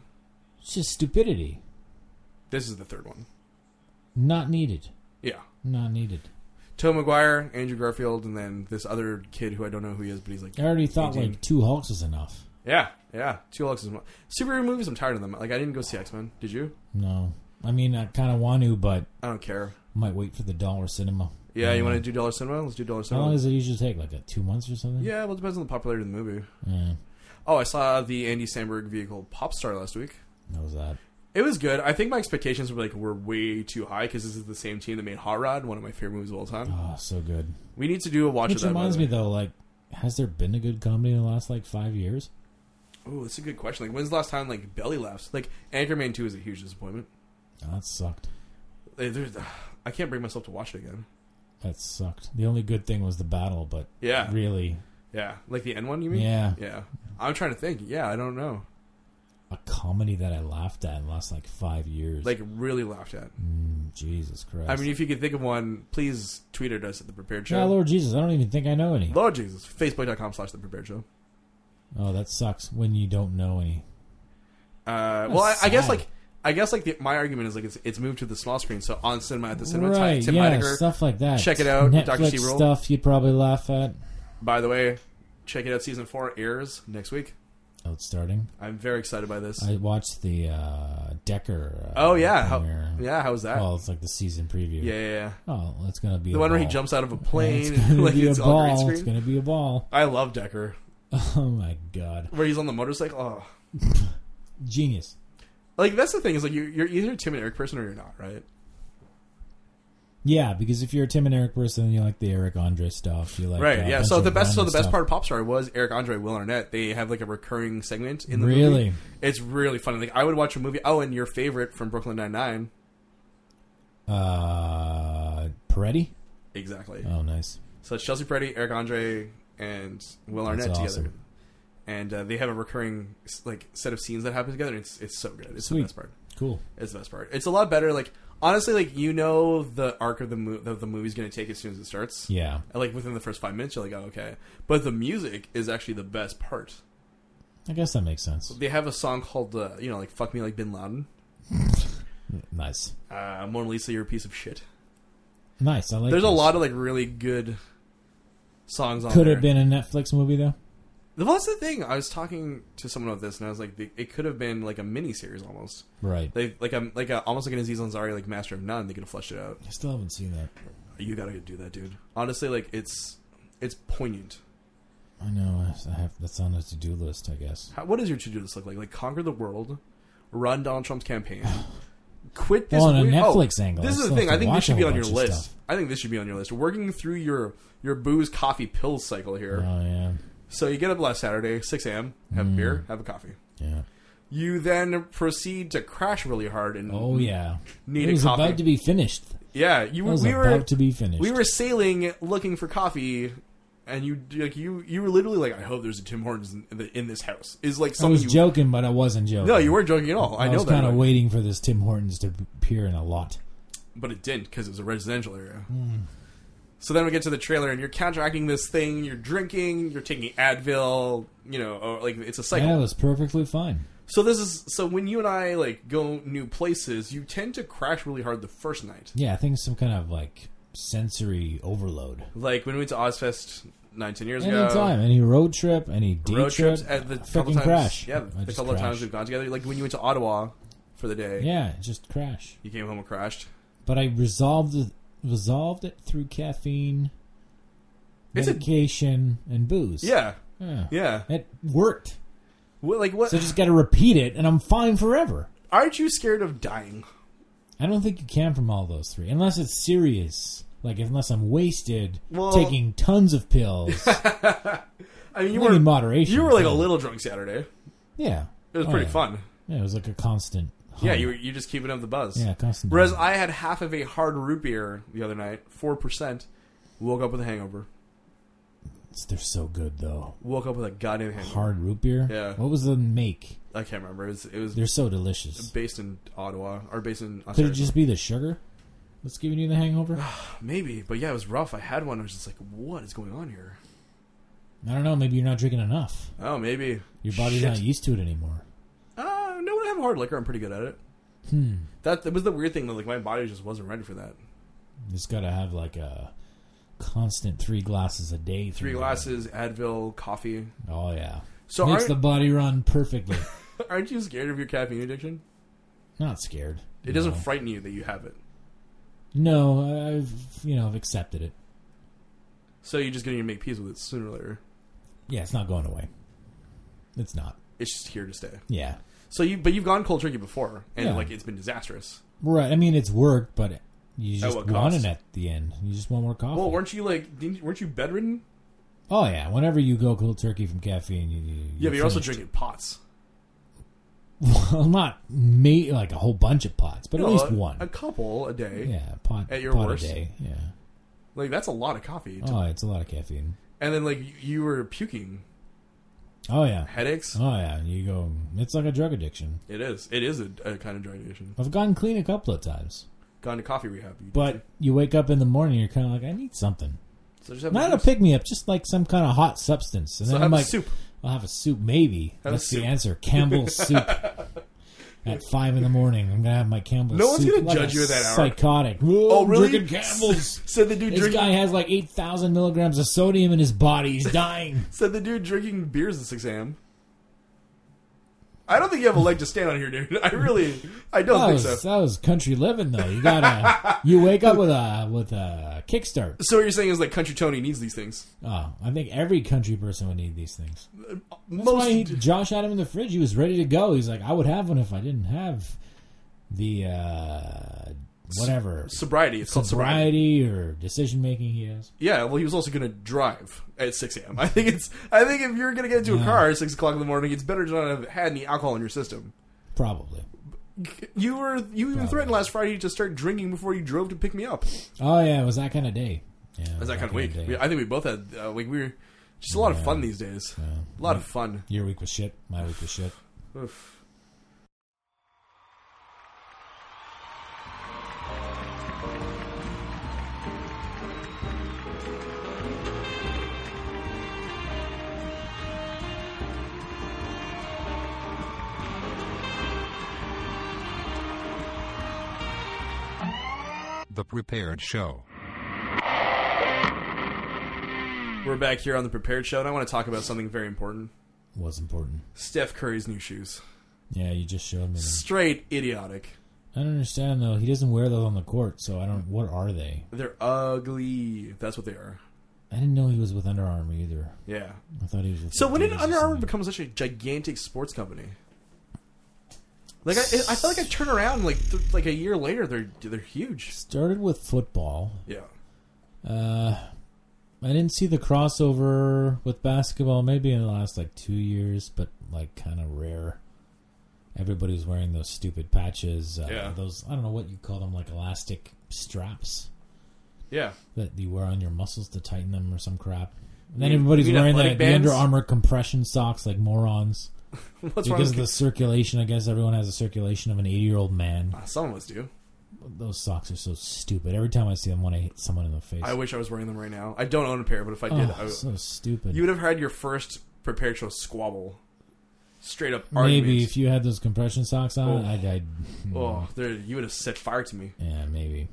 Speaker 2: It's just stupidity.
Speaker 1: This is the third one.
Speaker 2: Not needed.
Speaker 1: Yeah.
Speaker 2: Not needed.
Speaker 1: Tom McGuire, Andrew Garfield, and then this other kid who I don't know who he is, but he's like
Speaker 2: I already thought
Speaker 1: Eighteen.
Speaker 2: like two Hulks was enough.
Speaker 1: Yeah, yeah. Two Hulks is mo- superhero movies. I'm tired of them. Like I didn't go see X Men. Did you?
Speaker 2: No, I mean, I kind of want to, but
Speaker 1: I don't care.
Speaker 2: might wait for the dollar cinema.
Speaker 1: Yeah, you want
Speaker 2: Mm.
Speaker 1: to do dollar cinema? Let's do dollar
Speaker 2: How
Speaker 1: cinema.
Speaker 2: long does it usually take? Like uh, two months or something?
Speaker 1: yeah, well, it depends on the popularity of the movie.
Speaker 2: Yeah.
Speaker 1: Oh, I saw the Andy Samberg vehicle Popstar last week.
Speaker 2: How was that?
Speaker 1: It was good. I think my expectations were like were way too high because this is the same team that made Hot Rod, one of my favorite movies of all time.
Speaker 2: Oh, so good.
Speaker 1: We need to do a watch
Speaker 2: Which
Speaker 1: of that.
Speaker 2: reminds me,
Speaker 1: movie.
Speaker 2: though, like, has there been a good comedy in the last like five years?
Speaker 1: Oh, that's a good question. Like, when's the last time like belly laughs? Like, Anchorman Two is a huge disappointment.
Speaker 2: Oh, that sucked.
Speaker 1: Like, there's- I can't bring myself to watch it again.
Speaker 2: That sucked. The only good thing was the battle, but
Speaker 1: Yeah,
Speaker 2: really,
Speaker 1: yeah. Like the N one, you mean?
Speaker 2: yeah,
Speaker 1: Yeah. I'm trying to think. Yeah, I don't know.
Speaker 2: a comedy that I laughed at in the last like five years.
Speaker 1: Like, really laughed at.
Speaker 2: Mm, Jesus Christ.
Speaker 1: I mean, if you could think of one, please tweet at us at the Prepared Show.
Speaker 2: Yeah, Lord Jesus, I don't even think I know any.
Speaker 1: Lord Jesus, facebook.com slash the Prepared Show.
Speaker 2: Oh, that sucks when you don't know any.
Speaker 1: Uh, well, I, I guess
Speaker 2: sad.
Speaker 1: like I guess like the, my argument is like it's it's moved to the small screen, so on cinema at the cinema.
Speaker 2: right,
Speaker 1: Tim
Speaker 2: yeah,
Speaker 1: Heidecker.
Speaker 2: stuff like that.
Speaker 1: Check it out,
Speaker 2: Netflix
Speaker 1: Dr. Seaworld.
Speaker 2: stuff you'd probably laugh at.
Speaker 1: By the way, check it out. Season four airs next week.
Speaker 2: Oh, it's starting.
Speaker 1: I'm very excited by this.
Speaker 2: I watched the uh, Decker. Uh,
Speaker 1: oh yeah, how,
Speaker 2: premiere.
Speaker 1: yeah. How's that?
Speaker 2: Well, it's like the season preview.
Speaker 1: yeah, yeah, yeah.
Speaker 2: Oh, it's gonna be
Speaker 1: The
Speaker 2: a
Speaker 1: one where he
Speaker 2: ball.
Speaker 1: jumps out of a
Speaker 2: It's
Speaker 1: plane,
Speaker 2: gonna
Speaker 1: like
Speaker 2: be
Speaker 1: it's
Speaker 2: a
Speaker 1: on green
Speaker 2: ball. It's
Speaker 1: screen.
Speaker 2: gonna be a ball.
Speaker 1: I love Decker,
Speaker 2: Oh my god,
Speaker 1: where he's on the motorcycle. Oh.
Speaker 2: genius.
Speaker 1: Like that's the thing is like you're, you're either a Tim and Eric person or you're not, right?
Speaker 2: Yeah, because if you're a Tim and Eric person, you like the Eric Andre stuff. You like
Speaker 1: right.
Speaker 2: uh,
Speaker 1: Yeah.
Speaker 2: bunch
Speaker 1: So
Speaker 2: of
Speaker 1: the best so
Speaker 2: random
Speaker 1: the best
Speaker 2: stuff.
Speaker 1: part of Popstar was Eric Andre Will Arnett. They have like a recurring segment in the movie.
Speaker 2: really
Speaker 1: It's really funny. Like I would watch a movie. Oh, and your favorite from Brooklyn Nine Nine.
Speaker 2: uh, Peretti.
Speaker 1: Exactly.
Speaker 2: Oh, nice.
Speaker 1: So it's Chelsea Peretti, Eric Andre, and Will
Speaker 2: That's
Speaker 1: Arnett together,
Speaker 2: awesome.
Speaker 1: and uh, they have a recurring s- like set of scenes that happen together. And it's it's so good. It's
Speaker 2: Sweet.
Speaker 1: the best part.
Speaker 2: Cool.
Speaker 1: It's the best part. It's a lot better. Like honestly, like you know the arc of the mo- that the movie's going to take as soon as it starts.
Speaker 2: Yeah.
Speaker 1: And, Like within the first five minutes, you're like, oh okay. But the music is actually the best part.
Speaker 2: I guess that makes sense.
Speaker 1: They have a song called uh, you know like "Fuck Me Like Bin Laden,"
Speaker 2: Nice.
Speaker 1: uh, "Mona Lisa, You're a Piece of Shit."
Speaker 2: Nice. I like.
Speaker 1: There's a
Speaker 2: this.
Speaker 1: lot of like really good songs on
Speaker 2: Could
Speaker 1: there.
Speaker 2: have been a Netflix movie though.
Speaker 1: Well, that's the thing. I was talking to someone about this, and I was like, the, it could have been like a mini series almost.
Speaker 2: Right.
Speaker 1: They like a like a, almost like an Aziz Ansari like Master of None. They could have fleshed it out.
Speaker 2: I still haven't seen that.
Speaker 1: You gotta do that, dude. Honestly, like it's it's poignant.
Speaker 2: I know. I- I have. That's on the to-do list. I guess.
Speaker 1: How, what does your to do list look like? Like conquer the world, run Donald Trump's campaign, quit this.
Speaker 2: Well, on a
Speaker 1: weird- oh,
Speaker 2: Netflix angle, I
Speaker 1: This is the
Speaker 2: still
Speaker 1: thing.
Speaker 2: have
Speaker 1: I
Speaker 2: to
Speaker 1: think this
Speaker 2: watch a
Speaker 1: should be
Speaker 2: whole
Speaker 1: on your
Speaker 2: bunch of
Speaker 1: list.
Speaker 2: stuff.
Speaker 1: I think this should be on your list. Working through your your booze, coffee, pills cycle here.
Speaker 2: Oh yeah.
Speaker 1: So you get up last Saturday, six a.m. Have
Speaker 2: Hmm.
Speaker 1: a beer, have a coffee.
Speaker 2: Yeah.
Speaker 1: You then proceed to crash really hard and
Speaker 2: Oh yeah.
Speaker 1: need
Speaker 2: it
Speaker 1: a
Speaker 2: was
Speaker 1: coffee.
Speaker 2: about to be finished.
Speaker 1: yeah, you
Speaker 2: It was
Speaker 1: we
Speaker 2: about
Speaker 1: were
Speaker 2: to be finished.
Speaker 1: we were sailing looking for coffee, and you like you you were literally like, I hope there's a Tim Hortons in, the, in this house. Is like
Speaker 2: I
Speaker 1: something
Speaker 2: was
Speaker 1: you
Speaker 2: joking, but I wasn't joking.
Speaker 1: no, you weren't joking at all. I,
Speaker 2: I,
Speaker 1: know
Speaker 2: was
Speaker 1: that,
Speaker 2: kind of
Speaker 1: like,
Speaker 2: waiting for this Tim Hortons to appear in a lot.
Speaker 1: but it didn't because it was a residential area.
Speaker 2: Hmm.
Speaker 1: So then we get to the trailer, and you're counteracting this thing. You're drinking. You're taking Advil. You know, or like it's a cycle.
Speaker 2: Yeah, it was perfectly fine.
Speaker 1: So this is so when you and I like go new places, you tend to crash really hard the first night.
Speaker 2: Yeah, I think some kind of like sensory overload.
Speaker 1: Like when we went to Ozfest nine, ten years
Speaker 2: Any
Speaker 1: ago.
Speaker 2: time, any road trip, any day
Speaker 1: Road
Speaker 2: trip,
Speaker 1: trips at the couple
Speaker 2: freaking
Speaker 1: times,
Speaker 2: crash.
Speaker 1: yeah,
Speaker 2: I
Speaker 1: the
Speaker 2: just
Speaker 1: couple of times
Speaker 2: crashed.
Speaker 1: we've gone together. Like when you went to Ottawa for the day,
Speaker 2: Yeah, just crash.
Speaker 1: you came home and crashed.
Speaker 2: But I resolved resolved it through caffeine,
Speaker 1: It's a-
Speaker 2: medication, and booze.
Speaker 1: Yeah,
Speaker 2: yeah,
Speaker 1: yeah.
Speaker 2: it worked.
Speaker 1: What, like what?
Speaker 2: So I just got to repeat it, and I'm fine forever.
Speaker 1: Aren't you scared of dying?
Speaker 2: I don't think you can from all those three, unless it's serious. Like unless I'm wasted,
Speaker 1: Well-
Speaker 2: taking tons of pills.
Speaker 1: I mean, you
Speaker 2: Maybe
Speaker 1: were
Speaker 2: moderation.
Speaker 1: you were like a
Speaker 2: but-
Speaker 1: little drunk Saturday.
Speaker 2: Yeah,
Speaker 1: It was
Speaker 2: Oh,
Speaker 1: pretty
Speaker 2: yeah.
Speaker 1: fun.
Speaker 2: Yeah, it was like a constant.
Speaker 1: Yeah,
Speaker 2: hum.
Speaker 1: you were, you just keeping up the buzz.
Speaker 2: Yeah, constant.
Speaker 1: Whereas
Speaker 2: hum.
Speaker 1: I had half of a hard root beer the other night, four percent. Woke up with a hangover.
Speaker 2: they're so good though.
Speaker 1: Woke up with a goddamn hangover.
Speaker 2: Hard root beer.
Speaker 1: Yeah.
Speaker 2: What was the make?
Speaker 1: I can't remember. It was, it was
Speaker 2: They're so delicious.
Speaker 1: based in Ottawa or based in
Speaker 2: Could
Speaker 1: Ontario.
Speaker 2: it just be the sugar? What's giving you the hangover?
Speaker 1: Maybe, but yeah, it was rough. I had one. I was just like, "What is going on here?"
Speaker 2: I don't know. Maybe you're not drinking enough.
Speaker 1: Oh, maybe
Speaker 2: Your body's
Speaker 1: Shit.
Speaker 2: not used to it anymore.
Speaker 1: Uh, no, when I have hard liquor, I'm pretty good at it.
Speaker 2: Hmm.
Speaker 1: That, that was the weird thing though. Like my body just wasn't ready for that.
Speaker 2: It's got to have like a constant three glasses a day.
Speaker 1: Three
Speaker 2: through the-
Speaker 1: glasses, Advil, coffee.
Speaker 2: Oh yeah.
Speaker 1: So
Speaker 2: Makes
Speaker 1: aren't,
Speaker 2: the body run perfectly.
Speaker 1: aren't you scared of your caffeine addiction?
Speaker 2: Not scared.
Speaker 1: It doesn't
Speaker 2: No.
Speaker 1: frighten you that you have it.
Speaker 2: No, I- I've you know I've accepted it.
Speaker 1: So you're just going to make peace with it sooner or later.
Speaker 2: Yeah, it's not going away. It's not.
Speaker 1: It's just here to stay.
Speaker 2: Yeah,
Speaker 1: So you, but you've gone cold turkey before, and
Speaker 2: Yeah.
Speaker 1: like it's been disastrous.
Speaker 2: right. I mean, it's worked, but you just
Speaker 1: what
Speaker 2: want
Speaker 1: cost?
Speaker 2: it at the end. You just want more coffee.
Speaker 1: Well, weren't you like, didn't, weren't you bedridden?
Speaker 2: oh yeah, whenever you go cold turkey from caffeine, you, you
Speaker 1: Yeah, but you're also
Speaker 2: finished.
Speaker 1: drinking pots.
Speaker 2: well, not me like a whole bunch of pots, but at
Speaker 1: No,
Speaker 2: least
Speaker 1: a-
Speaker 2: one.
Speaker 1: A couple a day.
Speaker 2: yeah, pot
Speaker 1: At your
Speaker 2: pot
Speaker 1: worst?
Speaker 2: a day. Yeah.
Speaker 1: Like that's a lot of coffee.
Speaker 2: Oh, it's a lot of caffeine.
Speaker 1: And then like you- you were puking,
Speaker 2: Oh yeah.
Speaker 1: headaches.
Speaker 2: Oh yeah. You go. It's like a drug addiction.
Speaker 1: It is. It is a, a kind of drug addiction.
Speaker 2: I've gotten clean a couple of times,
Speaker 1: Gone to coffee rehab. You
Speaker 2: but you wake up in the morning, you're kind of like, I need something.
Speaker 1: so just have
Speaker 2: Not a
Speaker 1: juice.
Speaker 2: pick me up, just like some kind of hot substance. And
Speaker 1: So
Speaker 2: then
Speaker 1: have
Speaker 2: I'm
Speaker 1: a
Speaker 2: like,
Speaker 1: soup.
Speaker 2: I'll have a soup, maybe.
Speaker 1: Have a
Speaker 2: That's
Speaker 1: soup.
Speaker 2: the answer. Campbell's soup. At five in the morning, I'm gonna have my Campbell's.
Speaker 1: No one's
Speaker 2: soup
Speaker 1: gonna
Speaker 2: like
Speaker 1: judge
Speaker 2: a
Speaker 1: you at that hour.
Speaker 2: Psychotic.
Speaker 1: Oh really?
Speaker 2: Drinking Campbell's.
Speaker 1: said the dude
Speaker 2: This
Speaker 1: drinking.
Speaker 2: guy has like eight thousand milligrams of sodium in his body. He's dying.
Speaker 1: Said the dude drinking beers at six a.m. I don't think you have a leg to stand on here, dude. I really, I don't
Speaker 2: that,
Speaker 1: think
Speaker 2: was,
Speaker 1: so.
Speaker 2: that was country living, though. You gotta. you wake up with a with a kickstart.
Speaker 1: So what you're saying is like Country Tony needs these things.
Speaker 2: Oh, I think every country person would need these things. That's
Speaker 1: Most
Speaker 2: why he, Josh had him in the fridge. He was ready to go. He's like, I would have one if I didn't have the uh, whatever
Speaker 1: sobriety. It's called sobriety.
Speaker 2: sobriety or decision making he has.
Speaker 1: Yeah, well, he was also going to drive at 6 a.m. I think it's. I think if you're going to get into a
Speaker 2: Yeah.
Speaker 1: car at 6 o'clock in the morning, it's better to not have had any alcohol in your system.
Speaker 2: Probably.
Speaker 1: You were. You even threatened last Friday to start drinking before you drove to pick me up. It
Speaker 2: Oh yeah, it was that kind of day. Yeah, it
Speaker 1: was that kind of week.
Speaker 2: day.
Speaker 1: We- I think we both had. Uh, like we were just a lot of fun these days. A lot of fun.
Speaker 2: Your week was shit. My week was shit.
Speaker 1: Oof.
Speaker 3: The Prepared Show.
Speaker 1: We're back here on the prepared show, and I want to talk about something very important.
Speaker 2: Was important.
Speaker 1: Steph Curry's new shoes.
Speaker 2: Yeah, you just showed me. them.
Speaker 1: Straight idiotic.
Speaker 2: I don't understand though. He doesn't wear those on the court, so I don't. What are they?
Speaker 1: They're ugly. That's what they are.
Speaker 2: I didn't know he was with Under Armour either.
Speaker 1: Yeah.
Speaker 2: I thought he was. With
Speaker 1: So when did
Speaker 2: Adidas or
Speaker 1: Under Armour
Speaker 2: something.
Speaker 1: become such a gigantic sports company? Like I, I feel like I turn around and, like th- like a year later they're they're huge.
Speaker 2: started with football?
Speaker 1: Yeah,
Speaker 2: Uh, I didn't see the crossover with basketball maybe in the last like two years, but like kind of rare. Everybody was wearing those stupid patches. Uh,
Speaker 1: Yeah.
Speaker 2: Those I don't know what you call them, like elastic straps
Speaker 1: yeah.
Speaker 2: that you wear on your muscles to tighten them or some crap. And then
Speaker 1: You-
Speaker 2: everybody's
Speaker 1: you mean
Speaker 2: wearing the,
Speaker 1: athletic
Speaker 2: the Under
Speaker 1: bands?
Speaker 2: Armour compression socks like morons
Speaker 1: What's wrong?
Speaker 2: because
Speaker 1: With
Speaker 2: of the circulation. I guess everyone has the circulation of an eighty-year-old man.
Speaker 1: Ah, Some of us do.
Speaker 2: Those socks are so stupid. Every time I see them, I want to hit someone in the face.
Speaker 1: I wish I was wearing them right now. I don't own a pair, but if I did,
Speaker 2: oh,
Speaker 1: I would,
Speaker 2: so stupid.
Speaker 1: you would have had your first prepared show squabble, straight up argument.
Speaker 2: Maybe if you had those compression socks on,
Speaker 1: Oh.
Speaker 2: I'd, I'd
Speaker 1: oh, there you would have set fire to me.
Speaker 2: yeah, maybe.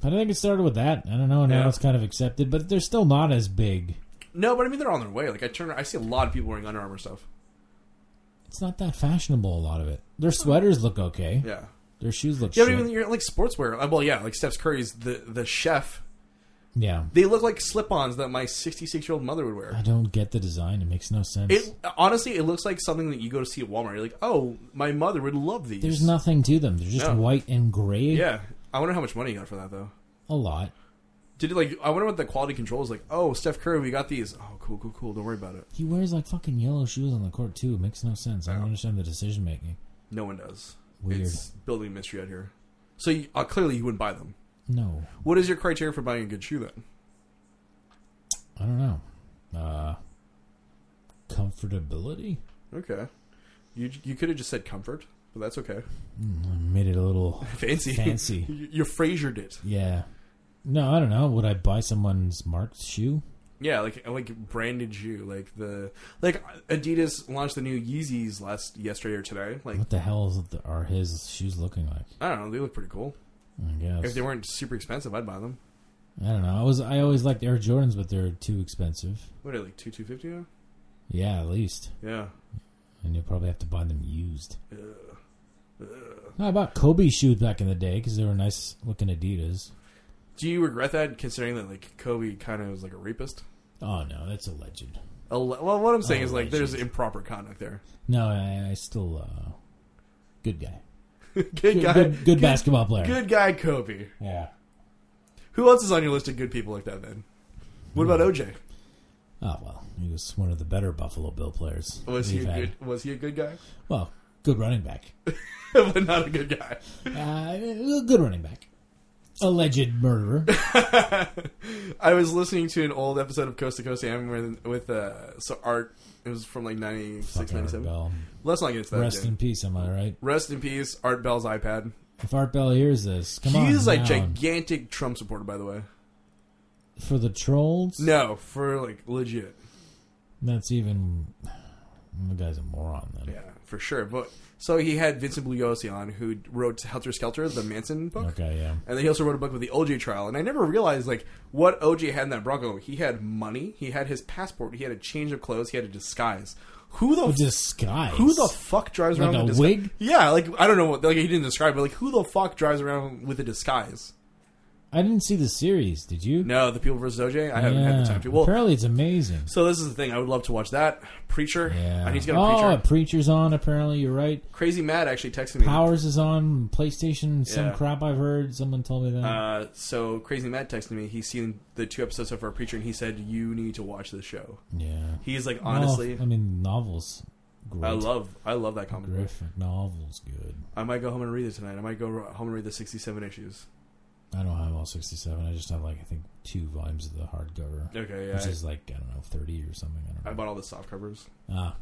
Speaker 2: But I think it started with that. I don't know. Now
Speaker 1: Yeah.
Speaker 2: it's kind of accepted, but they're still not as big.
Speaker 1: No, but I mean they're on their way. Like I turn, I see a lot of people wearing Under Armour stuff.
Speaker 2: It's not that fashionable. A lot of it. Their sweaters look okay.
Speaker 1: Yeah,
Speaker 2: Their shoes look.
Speaker 1: yeah.
Speaker 2: shit.
Speaker 1: But even you're like sportswear. Uh, Well, yeah, like Steph Curry's the the chef.
Speaker 2: yeah.
Speaker 1: They look like slip-ons that my 66-year-old mother would wear.
Speaker 2: I don't get the design. It makes no sense.
Speaker 1: It honestly, it looks like something that you go to see at Walmart. You're like, oh, my mother would love these.
Speaker 2: There's nothing to them. They're just
Speaker 1: No.
Speaker 2: white and gray.
Speaker 1: Yeah, I wonder how much money you got for that though.
Speaker 2: A lot.
Speaker 1: Did it like? I wonder what the quality control is like. Oh, Steph Curry, we got these. Oh, cool, cool, cool. Don't worry about it.
Speaker 2: He wears like fucking yellow shoes on the court too. It makes no sense. I don't
Speaker 1: Yeah.
Speaker 2: understand the decision making.
Speaker 1: No one does.
Speaker 2: Weird.
Speaker 1: It's building a mystery out here. So you, uh, clearly, you wouldn't buy them.
Speaker 2: No.
Speaker 1: What is your criteria for buying a good shoe then?
Speaker 2: I don't know. Uh, comfortability.
Speaker 1: Okay, you you could have just said comfort, but that's okay.
Speaker 2: I made it a little
Speaker 1: Fancy,
Speaker 2: Fancy.
Speaker 1: you, you Frasiered it.
Speaker 2: yeah no i don't know would i buy someone's marked shoe
Speaker 1: Yeah, like like branded shoe, like the like Adidas launched the new Yeezys last yesterday or today. Like
Speaker 2: what the hell is the, are his shoes looking like
Speaker 1: I don't know, they look pretty cool.
Speaker 2: i guess
Speaker 1: If they weren't super expensive, I'd buy them.
Speaker 2: i don't know i was i always liked air jordans but they're too expensive
Speaker 1: What are they, like two two fifty now?
Speaker 2: yeah at least
Speaker 1: Yeah.
Speaker 2: and you'll probably have to buy them used
Speaker 1: Ugh. Ugh.
Speaker 2: No, I bought Kobe shoes back in the day because they were nice looking Adidas.
Speaker 1: Do you regret that, considering that like Kobe kind of was like a rapist?
Speaker 2: Oh no, that's a legend.
Speaker 1: A le- Well, what I'm saying
Speaker 2: Oh,
Speaker 1: is like
Speaker 2: right,
Speaker 1: there's
Speaker 2: geez.
Speaker 1: improper conduct there.
Speaker 2: No, I, I still uh, good guy.
Speaker 1: good
Speaker 2: Good,
Speaker 1: guy,
Speaker 2: good, good basketball player.
Speaker 1: good guy, Kobe.
Speaker 2: Yeah.
Speaker 1: Who else is on your list of good people like that? Then, what about OJ?
Speaker 2: Oh well, he was one of the better Buffalo Bill players.
Speaker 1: Was
Speaker 2: we've
Speaker 1: he a
Speaker 2: had.
Speaker 1: good? Was he a good guy?
Speaker 2: Well, good running back.
Speaker 1: but not a good guy.
Speaker 2: Uh, good running back. Alleged murderer.
Speaker 1: I was listening to an old episode of Coast to Coast AM with, with uh, so Art. It was from like 96,
Speaker 2: Fucking Art
Speaker 1: 97.
Speaker 2: Bell.
Speaker 1: Let's not get into that.
Speaker 2: Rest
Speaker 1: dude.
Speaker 2: in peace. Am I right?
Speaker 1: Rest in peace, Art Bell's iPad.
Speaker 2: If Art Bell hears this, come on.
Speaker 1: he is like
Speaker 2: down.
Speaker 1: gigantic Trump supporter, by the way.
Speaker 2: for the trolls.
Speaker 1: No, for like legit.
Speaker 2: That's even the guy's a moron. Then.
Speaker 1: Yeah, for sure. But so he had Vincent Bugliosi on, who wrote Helter Skelter, the Manson book,
Speaker 2: Okay. Yeah.
Speaker 1: and then he also wrote a book with the OJ trial. And I never realized like what OJ had in that Bronco. He had money. He had his passport. He had a change of clothes. He had a disguise. Who the
Speaker 2: A disguise.
Speaker 1: Who the fuck drives
Speaker 2: Like
Speaker 1: around
Speaker 2: a
Speaker 1: with
Speaker 2: wig?
Speaker 1: Yeah, like I don't know what like he didn't describe, but like who the fuck drives around with a disguise?
Speaker 2: I didn't see the series. Did you?
Speaker 1: No, the people versus OJ. I haven't had the time to. Well,
Speaker 2: apparently it's amazing.
Speaker 1: so this is the thing. I would love to watch that preacher.
Speaker 2: Yeah.
Speaker 1: I need to get a
Speaker 2: oh,
Speaker 1: preacher.
Speaker 2: a preacher's on. Apparently, you're right.
Speaker 1: Crazy Mad actually texted me.
Speaker 2: Powers is on PlayStation. Some
Speaker 1: Yeah.
Speaker 2: crap I've heard. Someone told me that.
Speaker 1: Uh, so Crazy Mad texted me. He's seen the two episodes so far, of preacher, and he said you need to watch this show.
Speaker 2: yeah.
Speaker 1: He's like honestly,
Speaker 2: Well, I mean novels. Oh, Great.
Speaker 1: I love I love that comic. book.
Speaker 2: Griffin novels. Good.
Speaker 1: I might go home and read it tonight. I might go ro- home and read the sixty-seven issues.
Speaker 2: I don't have all sixty-seven. I just have like I think two volumes of the hardcover,
Speaker 1: Okay,
Speaker 2: which
Speaker 1: yeah.
Speaker 2: is like I don't know thirty or something. I don't
Speaker 1: I,
Speaker 2: know.
Speaker 1: I bought all the soft covers.
Speaker 2: ah,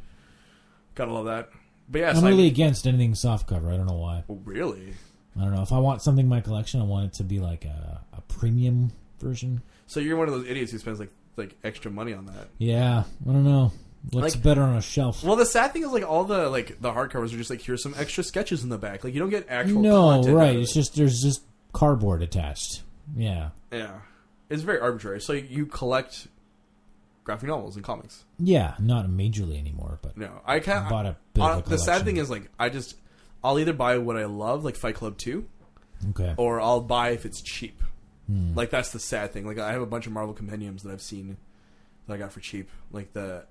Speaker 1: Gotta love that. But yeah, it's
Speaker 2: I'm
Speaker 1: like,
Speaker 2: really against anything softcover. I don't know why.
Speaker 1: Really?
Speaker 2: I don't know if I want something in my collection. I want it to be like a, a premium version.
Speaker 1: So you're one of those idiots who spends like like extra money on that.
Speaker 2: Yeah, I don't know. Looks
Speaker 1: Like-
Speaker 2: better on a shelf.
Speaker 1: Well, the sad thing is like all the like the hardcovers are just like here's some extra sketches in the back. Like you don't get actual.
Speaker 2: No,
Speaker 1: content out
Speaker 2: right?
Speaker 1: of
Speaker 2: It's
Speaker 1: it.
Speaker 2: just there's just cardboard attached. Yeah,
Speaker 1: yeah. It's very arbitrary. So you collect graphic novels and comics.
Speaker 2: yeah, not majorly anymore, but
Speaker 1: No, I can't.
Speaker 2: I bought a bit
Speaker 1: I-
Speaker 2: of a
Speaker 1: Uh, the sad
Speaker 2: collection.
Speaker 1: thing is like I just I'll either buy what I love like Fight Club Two,
Speaker 2: okay.
Speaker 1: or I'll buy if it's cheap.
Speaker 2: Hmm.
Speaker 1: Like that's the sad thing. Like I have a bunch of Marvel compendiums that I've seen that I got for cheap, like the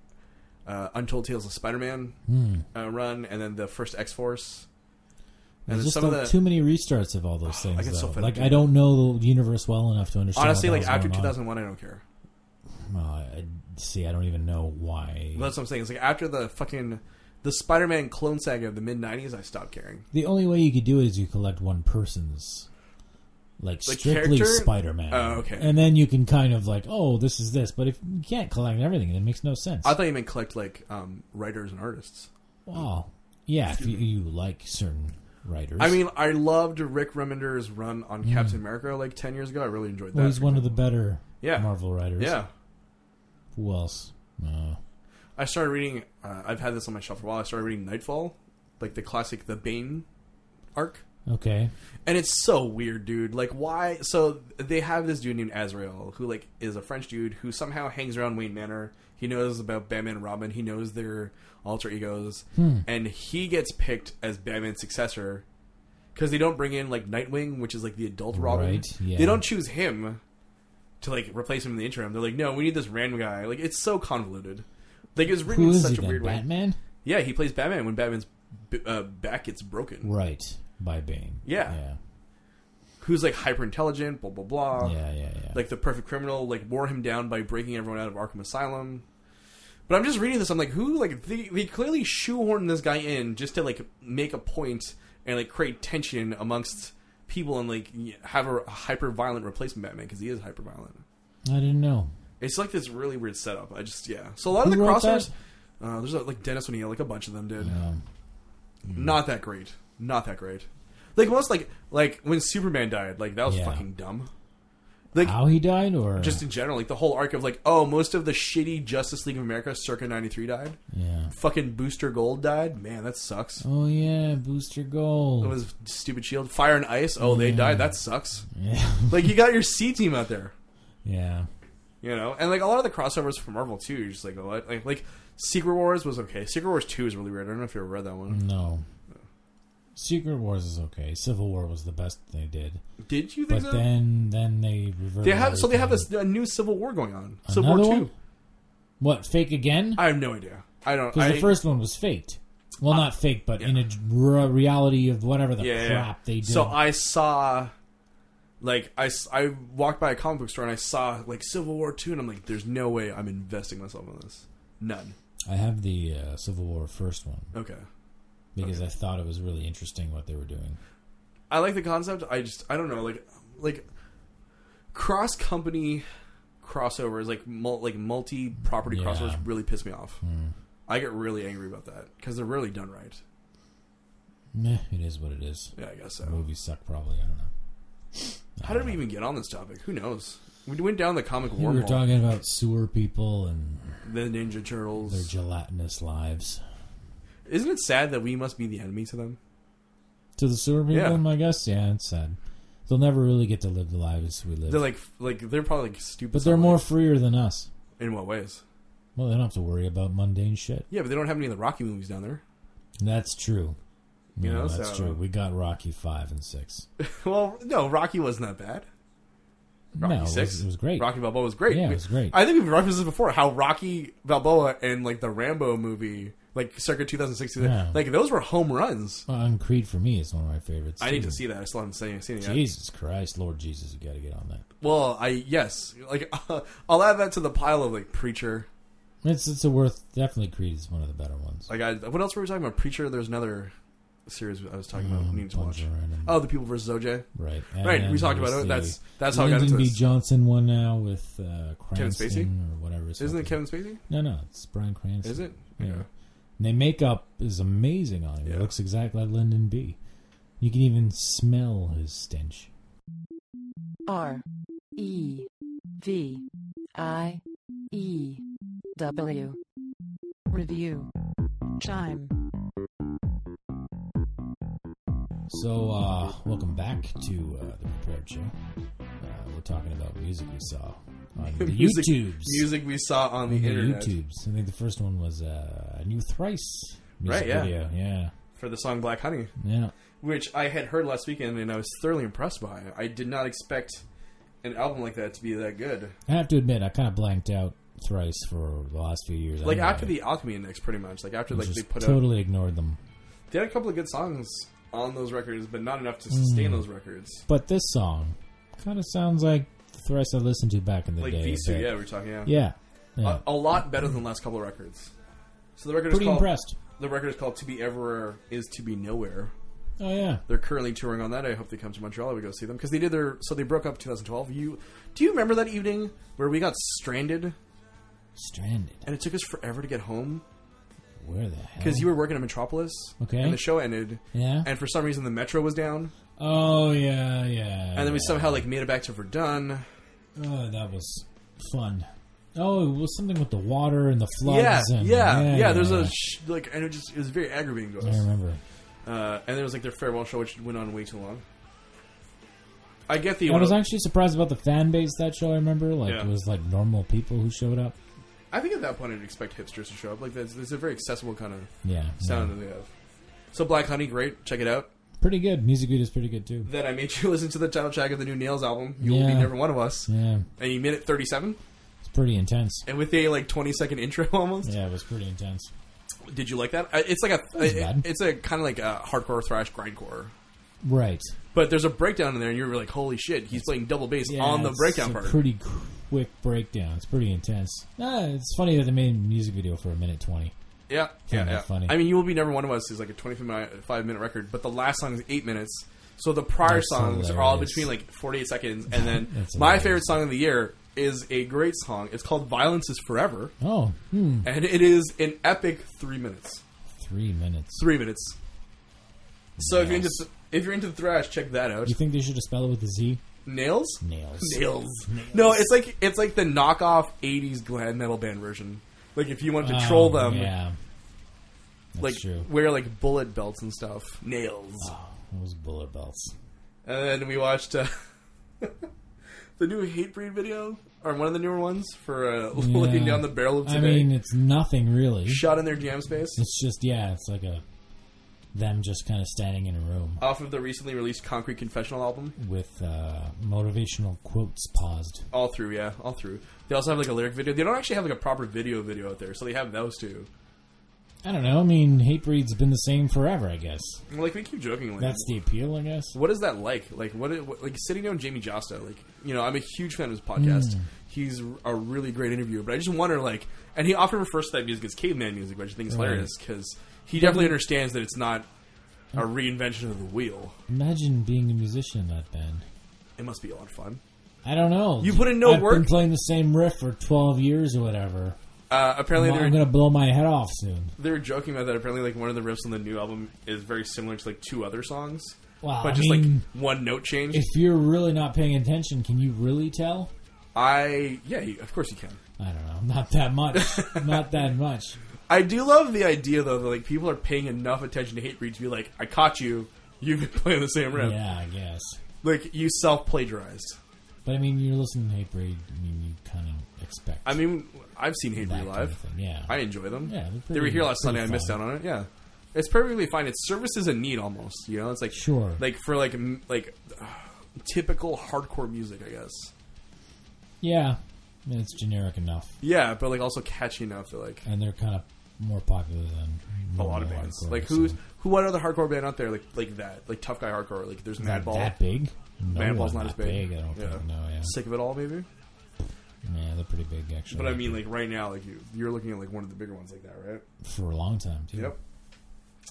Speaker 1: uh, Untold Tales of Spider-Man
Speaker 2: Hmm.
Speaker 1: uh, run, and then the first X Force. And
Speaker 2: There's
Speaker 1: then
Speaker 2: just
Speaker 1: some of
Speaker 2: like
Speaker 1: the
Speaker 2: too many restarts of all those things.
Speaker 1: get so
Speaker 2: though.
Speaker 1: fed up
Speaker 2: like
Speaker 1: doing
Speaker 2: I don't know the universe well enough to understand.
Speaker 1: honestly,
Speaker 2: what
Speaker 1: like
Speaker 2: the
Speaker 1: after
Speaker 2: hell's going on.
Speaker 1: 2001, I don't care.
Speaker 2: Well, I, I- see, I don't even know why.
Speaker 1: That's what I'm saying. It's like after the fucking the Spider-Man clone saga of the mid '90s, I stopped caring.
Speaker 2: the only way you could do it is you collect one person's, like
Speaker 1: The
Speaker 2: strictly
Speaker 1: character?
Speaker 2: Spider-Man.
Speaker 1: Oh, okay.
Speaker 2: And then you can kind of like, oh, this is this. But if you can't collect everything, it makes no sense.
Speaker 1: I thought you meant collect like um, writers and artists.
Speaker 2: wow. Yeah, if you, you like certain writers.
Speaker 1: I mean, I loved Rick Remender's run on Captain America like ten years ago. I really enjoyed that.
Speaker 2: Hmm. well, he's one of the better
Speaker 1: Yeah.
Speaker 2: Marvel writers.
Speaker 1: yeah.
Speaker 2: Who else? Uh, No.
Speaker 1: I started reading. Uh, I've had this on my shelf for a while. I started reading Nightfall, like the classic, the Bane arc,
Speaker 2: Okay.
Speaker 1: and it's so weird, dude. Like, why? So they have this dude named Azrael, who like is a French dude who somehow hangs around Wayne Manor. He knows about Batman and Robin. He knows their alter egos,
Speaker 2: Hmm.
Speaker 1: and he gets picked as Batman's successor because they don't bring in like Nightwing, which is like the adult Robin.
Speaker 2: Right, yeah.
Speaker 1: They don't choose him to like replace him in the interim. They're like, no, we need this random guy. Like, it's so convoluted. Like it's written
Speaker 2: Who
Speaker 1: in
Speaker 2: is
Speaker 1: such
Speaker 2: he
Speaker 1: a
Speaker 2: then?
Speaker 1: weird way.
Speaker 2: Batman?
Speaker 1: Yeah, he plays Batman when Batman's b- uh, back gets broken.
Speaker 2: Right. By Bane.
Speaker 1: Yeah.
Speaker 2: Yeah.
Speaker 1: Who's like hyper intelligent, blah blah blah.
Speaker 2: Yeah. Yeah. yeah.
Speaker 1: Uh, Like the perfect criminal, like wore him down by breaking everyone out of Arkham Asylum. But I'm just reading this. I'm like, who? Like they, they clearly shoehorned this guy in just to like make a point and like create tension amongst people and like y- have a hyper violent replacement Batman because he is hyper violent.
Speaker 2: I didn't know.
Speaker 1: It's like this really weird setup. I just yeah. So a lot of
Speaker 2: Who
Speaker 1: the
Speaker 2: wrote
Speaker 1: crossovers. Uh, there's like Dennis O'Neill, like a bunch of them did.
Speaker 2: Um,
Speaker 1: not that great. Not that great. Like most like like when Superman died, like that was
Speaker 2: Yeah.
Speaker 1: fucking dumb. Like
Speaker 2: how he died, or
Speaker 1: just in general, like the whole arc of like, oh, most of the shitty Justice League of America circa ninety three died.
Speaker 2: yeah.
Speaker 1: Fucking Booster Gold died. Man, that sucks.
Speaker 2: Oh yeah, Booster
Speaker 1: It
Speaker 2: Gold.
Speaker 1: was stupid shield. Fire and ice, oh they
Speaker 2: Yeah.
Speaker 1: died, that sucks.
Speaker 2: yeah,
Speaker 1: Like you got your C team out there.
Speaker 2: yeah.
Speaker 1: You know? And like a lot of the crossovers from Marvel too, you're just like what
Speaker 2: Mm-hmm.
Speaker 1: like like Secret Wars was okay. Secret Wars two is really weird. I don't know if you ever read that one.
Speaker 2: No, Secret Wars is okay. Civil War was the best they did,
Speaker 1: Did you think
Speaker 2: but
Speaker 1: so?
Speaker 2: then then they reverted.
Speaker 1: they have so they have
Speaker 2: everything.
Speaker 1: this a new civil war going on. Civil
Speaker 2: Another
Speaker 1: War
Speaker 2: one?
Speaker 1: two.
Speaker 2: What fake again?
Speaker 1: I have no idea. I don't.
Speaker 2: Because
Speaker 1: I,
Speaker 2: the first one was faked. Well, not faked, but in a r- reality of whatever the
Speaker 1: yeah,
Speaker 2: crap
Speaker 1: yeah.
Speaker 2: they did.
Speaker 1: So I saw, like, I, s- I walked by a comic book store and I saw like Civil War two, and I'm like, there's no way I'm investing myself in this. None.
Speaker 2: I have the uh, Civil War first one
Speaker 1: Okay.
Speaker 2: because I thought it was really interesting what they were doing.
Speaker 1: I like the concept. I just I don't know like like cross company crossovers like mul- like multi property
Speaker 2: Yeah. Hmm.
Speaker 1: crossovers really piss me off. I get really angry about that because they're really done right.
Speaker 2: Meh, it is what it is.
Speaker 1: Yeah, I guess
Speaker 2: The
Speaker 1: so.
Speaker 2: movies suck, probably. I don't know.
Speaker 1: How did we even get on this topic? Who knows? We went down the comic
Speaker 2: I think we were
Speaker 1: wormhole.
Speaker 2: talking about sewer people and
Speaker 1: the Ninja
Speaker 2: their
Speaker 1: Turtles.
Speaker 2: gelatinous lives.
Speaker 1: Isn't it sad that we must be the enemy to them?
Speaker 2: To the sewer people,
Speaker 1: Yeah.
Speaker 2: I guess. Yeah, it's sad. They'll never really get to live the lives we live.
Speaker 1: They're like like they're probably like stupid.
Speaker 2: but they're
Speaker 1: some
Speaker 2: more
Speaker 1: way.
Speaker 2: freer than us.
Speaker 1: in what ways?
Speaker 2: Well, they don't have to worry about mundane shit.
Speaker 1: Yeah, but they don't have any of the Rocky movies down there.
Speaker 2: That's true.
Speaker 1: You
Speaker 2: No,
Speaker 1: know,
Speaker 2: that's
Speaker 1: so-
Speaker 2: true. We got Rocky five and six.
Speaker 1: well, no, Rocky wasn't that bad.
Speaker 2: no,
Speaker 1: Rocky
Speaker 2: it was-
Speaker 1: six.
Speaker 2: It was great.
Speaker 1: Rocky Balboa was great.
Speaker 2: Yeah, it was great.
Speaker 1: I think we've referenced this before. How Rocky Balboa and like the Rambo movie, like circa 2016,
Speaker 2: Yeah.
Speaker 1: like those were home runs.
Speaker 2: Uh, and Creed for me is one of my favorites.
Speaker 1: I need
Speaker 2: too.
Speaker 1: to see that. I still haven't seen, seen it yet.
Speaker 2: Jesus Christ, Lord Jesus, you got to get on that.
Speaker 1: Well, I yes, like I'll add that to the pile of like Preacher.
Speaker 2: It's it's a worth. Definitely, Creed is one of the better ones.
Speaker 1: Like I, what else were we talking about? Preacher. There's another series I was talking about.
Speaker 2: Um,
Speaker 1: Need to
Speaker 2: bunch
Speaker 1: watch.
Speaker 2: of random-
Speaker 1: Oh, the people versus OJ.
Speaker 2: right, And
Speaker 1: Right, we
Speaker 2: then
Speaker 1: talked about
Speaker 2: there's
Speaker 1: it. That's
Speaker 2: the
Speaker 1: that's how I got
Speaker 2: Lyndon
Speaker 1: into
Speaker 2: B.
Speaker 1: this.
Speaker 2: Johnson one now with uh,
Speaker 1: Kevin
Speaker 2: Cranston
Speaker 1: Spacey?
Speaker 2: or whatever. his
Speaker 1: Isn't
Speaker 2: fucking-
Speaker 1: it Kevin Spacey?
Speaker 2: No, no, it's Brian Cranston.
Speaker 1: Is it?
Speaker 2: Yeah. And their makeup is amazing on him. It
Speaker 1: Yeah.
Speaker 2: looks exactly like Lyndon B. You can even smell his stench.
Speaker 4: R E V I E W Review Chime
Speaker 2: So, uh, welcome back to uh, the Prepared Show. Uh, we're talking about music we saw on the
Speaker 1: music,
Speaker 2: YouTubes.
Speaker 1: music we saw on the
Speaker 2: the
Speaker 1: internet
Speaker 2: YouTubes. I think the first one was uh, a new Thrice music
Speaker 1: Right, yeah.
Speaker 2: video. Yeah,
Speaker 1: for the song Black Honey.
Speaker 2: yeah.
Speaker 1: which I had heard last weekend and I was thoroughly impressed by. I did not expect an album like that to be that good.
Speaker 2: I have to admit, I kind of blanked out Thrice for the last few years.
Speaker 1: Like
Speaker 2: anyway.
Speaker 1: after the Alchemy Index, pretty much. Like after like
Speaker 2: just
Speaker 1: they put out,
Speaker 2: totally ignored them.
Speaker 1: they had a couple of good songs on those records, but not enough to
Speaker 2: Hmm.
Speaker 1: sustain those records.
Speaker 2: But this song kind of sounds like the Thrice I listened to back in the
Speaker 1: Like
Speaker 2: day. a
Speaker 1: these two,
Speaker 2: bit.
Speaker 1: yeah, we are talking. Yeah,
Speaker 2: yeah, yeah.
Speaker 1: A, a lot better than the last couple of records. So the record
Speaker 2: Pretty
Speaker 1: is called
Speaker 2: impressed.
Speaker 1: the record is called "To Be Everywhere Is to Be Nowhere."
Speaker 2: Oh yeah,
Speaker 1: They're currently touring on that. I hope they come to Montreal. We go see them because they did their. So they broke up 2012. You do you remember that evening where we got stranded
Speaker 2: stranded.
Speaker 1: and it took us forever to get home?
Speaker 2: Where the hell?
Speaker 1: because you were working at Metropolis.
Speaker 2: Okay.
Speaker 1: And the show ended,
Speaker 2: yeah.
Speaker 1: and for some reason the metro was down,
Speaker 2: oh yeah, yeah.
Speaker 1: and then we
Speaker 2: yeah.
Speaker 1: somehow like made it back to Verdun.
Speaker 2: Oh, that was fun. Oh, it was something with the water and the
Speaker 1: Yeah,
Speaker 2: floods.
Speaker 1: yeah,
Speaker 2: and,
Speaker 1: yeah, There's
Speaker 2: yeah.
Speaker 1: a sh- like, and it just it was very aggravating to
Speaker 2: I
Speaker 1: us.
Speaker 2: remember.
Speaker 1: Uh, and there was like their farewell show, which went on way too long. I get the.
Speaker 2: I was actually surprised about the fan base that show. I remember, like
Speaker 1: Yeah.
Speaker 2: it was like normal people who showed up.
Speaker 1: I think at that point I'd expect hipsters to show up. Like, there's, there's a very accessible kind of
Speaker 2: Yeah,
Speaker 1: sound that they have. So Black Honey, great, check it out.
Speaker 2: yeah. pretty good. Music video's pretty good too.
Speaker 1: Then I made you listen to the title track of the new Nails album. You will be
Speaker 2: Yeah.
Speaker 1: never one of us,
Speaker 2: Yeah,
Speaker 1: and you made it 37,
Speaker 2: it's pretty intense.
Speaker 1: and with a like 20 second intro almost.
Speaker 2: Yeah, it was pretty intense.
Speaker 1: Did you like that? Uh, It's like a
Speaker 2: wasn't
Speaker 1: it-
Speaker 2: bad.
Speaker 1: it's a kind of like a hardcore thrash grindcore.
Speaker 2: Right
Speaker 1: But there's a breakdown in there, and you're like, "Holy shit!" He's playing double bass
Speaker 2: yeah,
Speaker 1: on the
Speaker 2: it's
Speaker 1: breakdown
Speaker 2: a
Speaker 1: part.
Speaker 2: Pretty quick breakdown. It's pretty intense. Ah, it's funny that they made a music video for a minute twenty.
Speaker 1: yeah, yeah,
Speaker 2: that
Speaker 1: yeah.
Speaker 2: funny.
Speaker 1: I mean, "You Will Be Never One of Us" is like a 25 minute record, but the last song is eight minutes. So the prior
Speaker 2: That's
Speaker 1: songs are all
Speaker 2: hilarious.
Speaker 1: between like 48 seconds, and then
Speaker 2: That's
Speaker 1: my
Speaker 2: hilarious.
Speaker 1: favorite song of the year is a great song. It's called "Violence Is Forever,"
Speaker 2: Oh, hmm,
Speaker 1: and it is an epic three minutes.
Speaker 2: three minutes.
Speaker 1: Three minutes. So if you're
Speaker 2: Nice.
Speaker 1: into if you're into thrash, check that out.
Speaker 2: You think they should have spelled it with a Z?
Speaker 1: Nails.
Speaker 2: Nails.
Speaker 1: Nails. No, it's like it's like the knockoff '80s glam metal band version. Like if you want to troll
Speaker 2: Oh,
Speaker 1: them,
Speaker 2: Yeah, that's
Speaker 1: like
Speaker 2: true.
Speaker 1: wear like bullet belts and stuff. Nails.
Speaker 2: Oh, Those bullet belts.
Speaker 1: And then we watched uh, the new Hatebreed video, or one of the newer ones for uh, looking
Speaker 2: Yeah.
Speaker 1: down the barrel of
Speaker 2: I
Speaker 1: today.
Speaker 2: mean, it's nothing really.
Speaker 1: Shot in their jam space.
Speaker 2: It's just yeah, it's like a them just kind of standing in a room
Speaker 1: Off of the recently released Concrete Confessional album,
Speaker 2: with uh, motivational quotes paused.
Speaker 1: all through, yeah, all through. They also have like a lyric video. They don't actually have like a proper video video out there, so they have those too.
Speaker 2: I don't know. I mean, hate breed's been the same forever, I guess.
Speaker 1: Like we keep joking, like
Speaker 2: That's the appeal, I guess.
Speaker 1: what is that like? Like what, what? Like sitting down with Jamie Josta. Like you know, I'm a huge fan of his
Speaker 2: Hmm.
Speaker 1: podcast. He's a really great interviewer, but I just wonder like, and he often refers to that music as caveman music, which I think is
Speaker 2: Right.
Speaker 1: hilarious because he definitely understands that it's not a reinvention of the wheel.
Speaker 2: Imagine being a musician in that band.
Speaker 1: It must be a lot of fun.
Speaker 2: I don't know.
Speaker 1: You put in no
Speaker 2: I've Been
Speaker 1: work?
Speaker 2: playing the same riff for twelve years or whatever.
Speaker 1: Uh, apparently,
Speaker 2: I'm
Speaker 1: they're
Speaker 2: gonna blow my head off soon.
Speaker 1: they're joking about that. Apparently, like one of the riffs on the new album is very similar to like two other songs,
Speaker 2: Wow,
Speaker 1: but
Speaker 2: I
Speaker 1: just
Speaker 2: mean,
Speaker 1: like one note change.
Speaker 2: if you're really not paying attention, can you really tell?
Speaker 1: I yeah, you- of course you can.
Speaker 2: I don't know. Not that much. not that much.
Speaker 1: I do love the idea though that like people are paying enough attention to hate read to be like, I caught you. You've been playing the same riff.
Speaker 2: Yeah, I guess.
Speaker 1: Like you self plagiarized.
Speaker 2: But I mean, you're listening to Hatebreed. I mean, you kind of expect.
Speaker 1: I mean, I've seen hate
Speaker 2: that
Speaker 1: read
Speaker 2: kind
Speaker 1: live.
Speaker 2: of thing, yeah.
Speaker 1: I enjoy them.
Speaker 2: Yeah, they're
Speaker 1: they were
Speaker 2: pretty-
Speaker 1: here last
Speaker 2: pretty
Speaker 1: Sunday. I missed
Speaker 2: fun.
Speaker 1: out on it. Yeah, it's perfectly fine. It services a need almost. You know, it's like
Speaker 2: Sure.
Speaker 1: like for like m- like typical hardcore music, I guess.
Speaker 2: yeah, I mean, it's generic enough,
Speaker 1: Yeah, but like also catchy enough to like
Speaker 2: and they're kind of more popular than
Speaker 1: a lot of
Speaker 2: normal
Speaker 1: bands.
Speaker 2: hardcore,
Speaker 1: Like
Speaker 2: so-
Speaker 1: who's who? What other hardcore band out there like like that? Like tough guy hardcore. Like there's
Speaker 2: Not
Speaker 1: Madball.
Speaker 2: that big? No,
Speaker 1: Madball's not
Speaker 2: Oh, not
Speaker 1: as big.
Speaker 2: I don't
Speaker 1: Yeah.
Speaker 2: think. No, yeah.
Speaker 1: Sick of it all, maybe.
Speaker 2: Yeah, they're pretty big actually.
Speaker 1: But I mean, like right now, like you, you're looking at like one of the bigger ones, like that, right?
Speaker 2: for a long time too.
Speaker 1: Yep.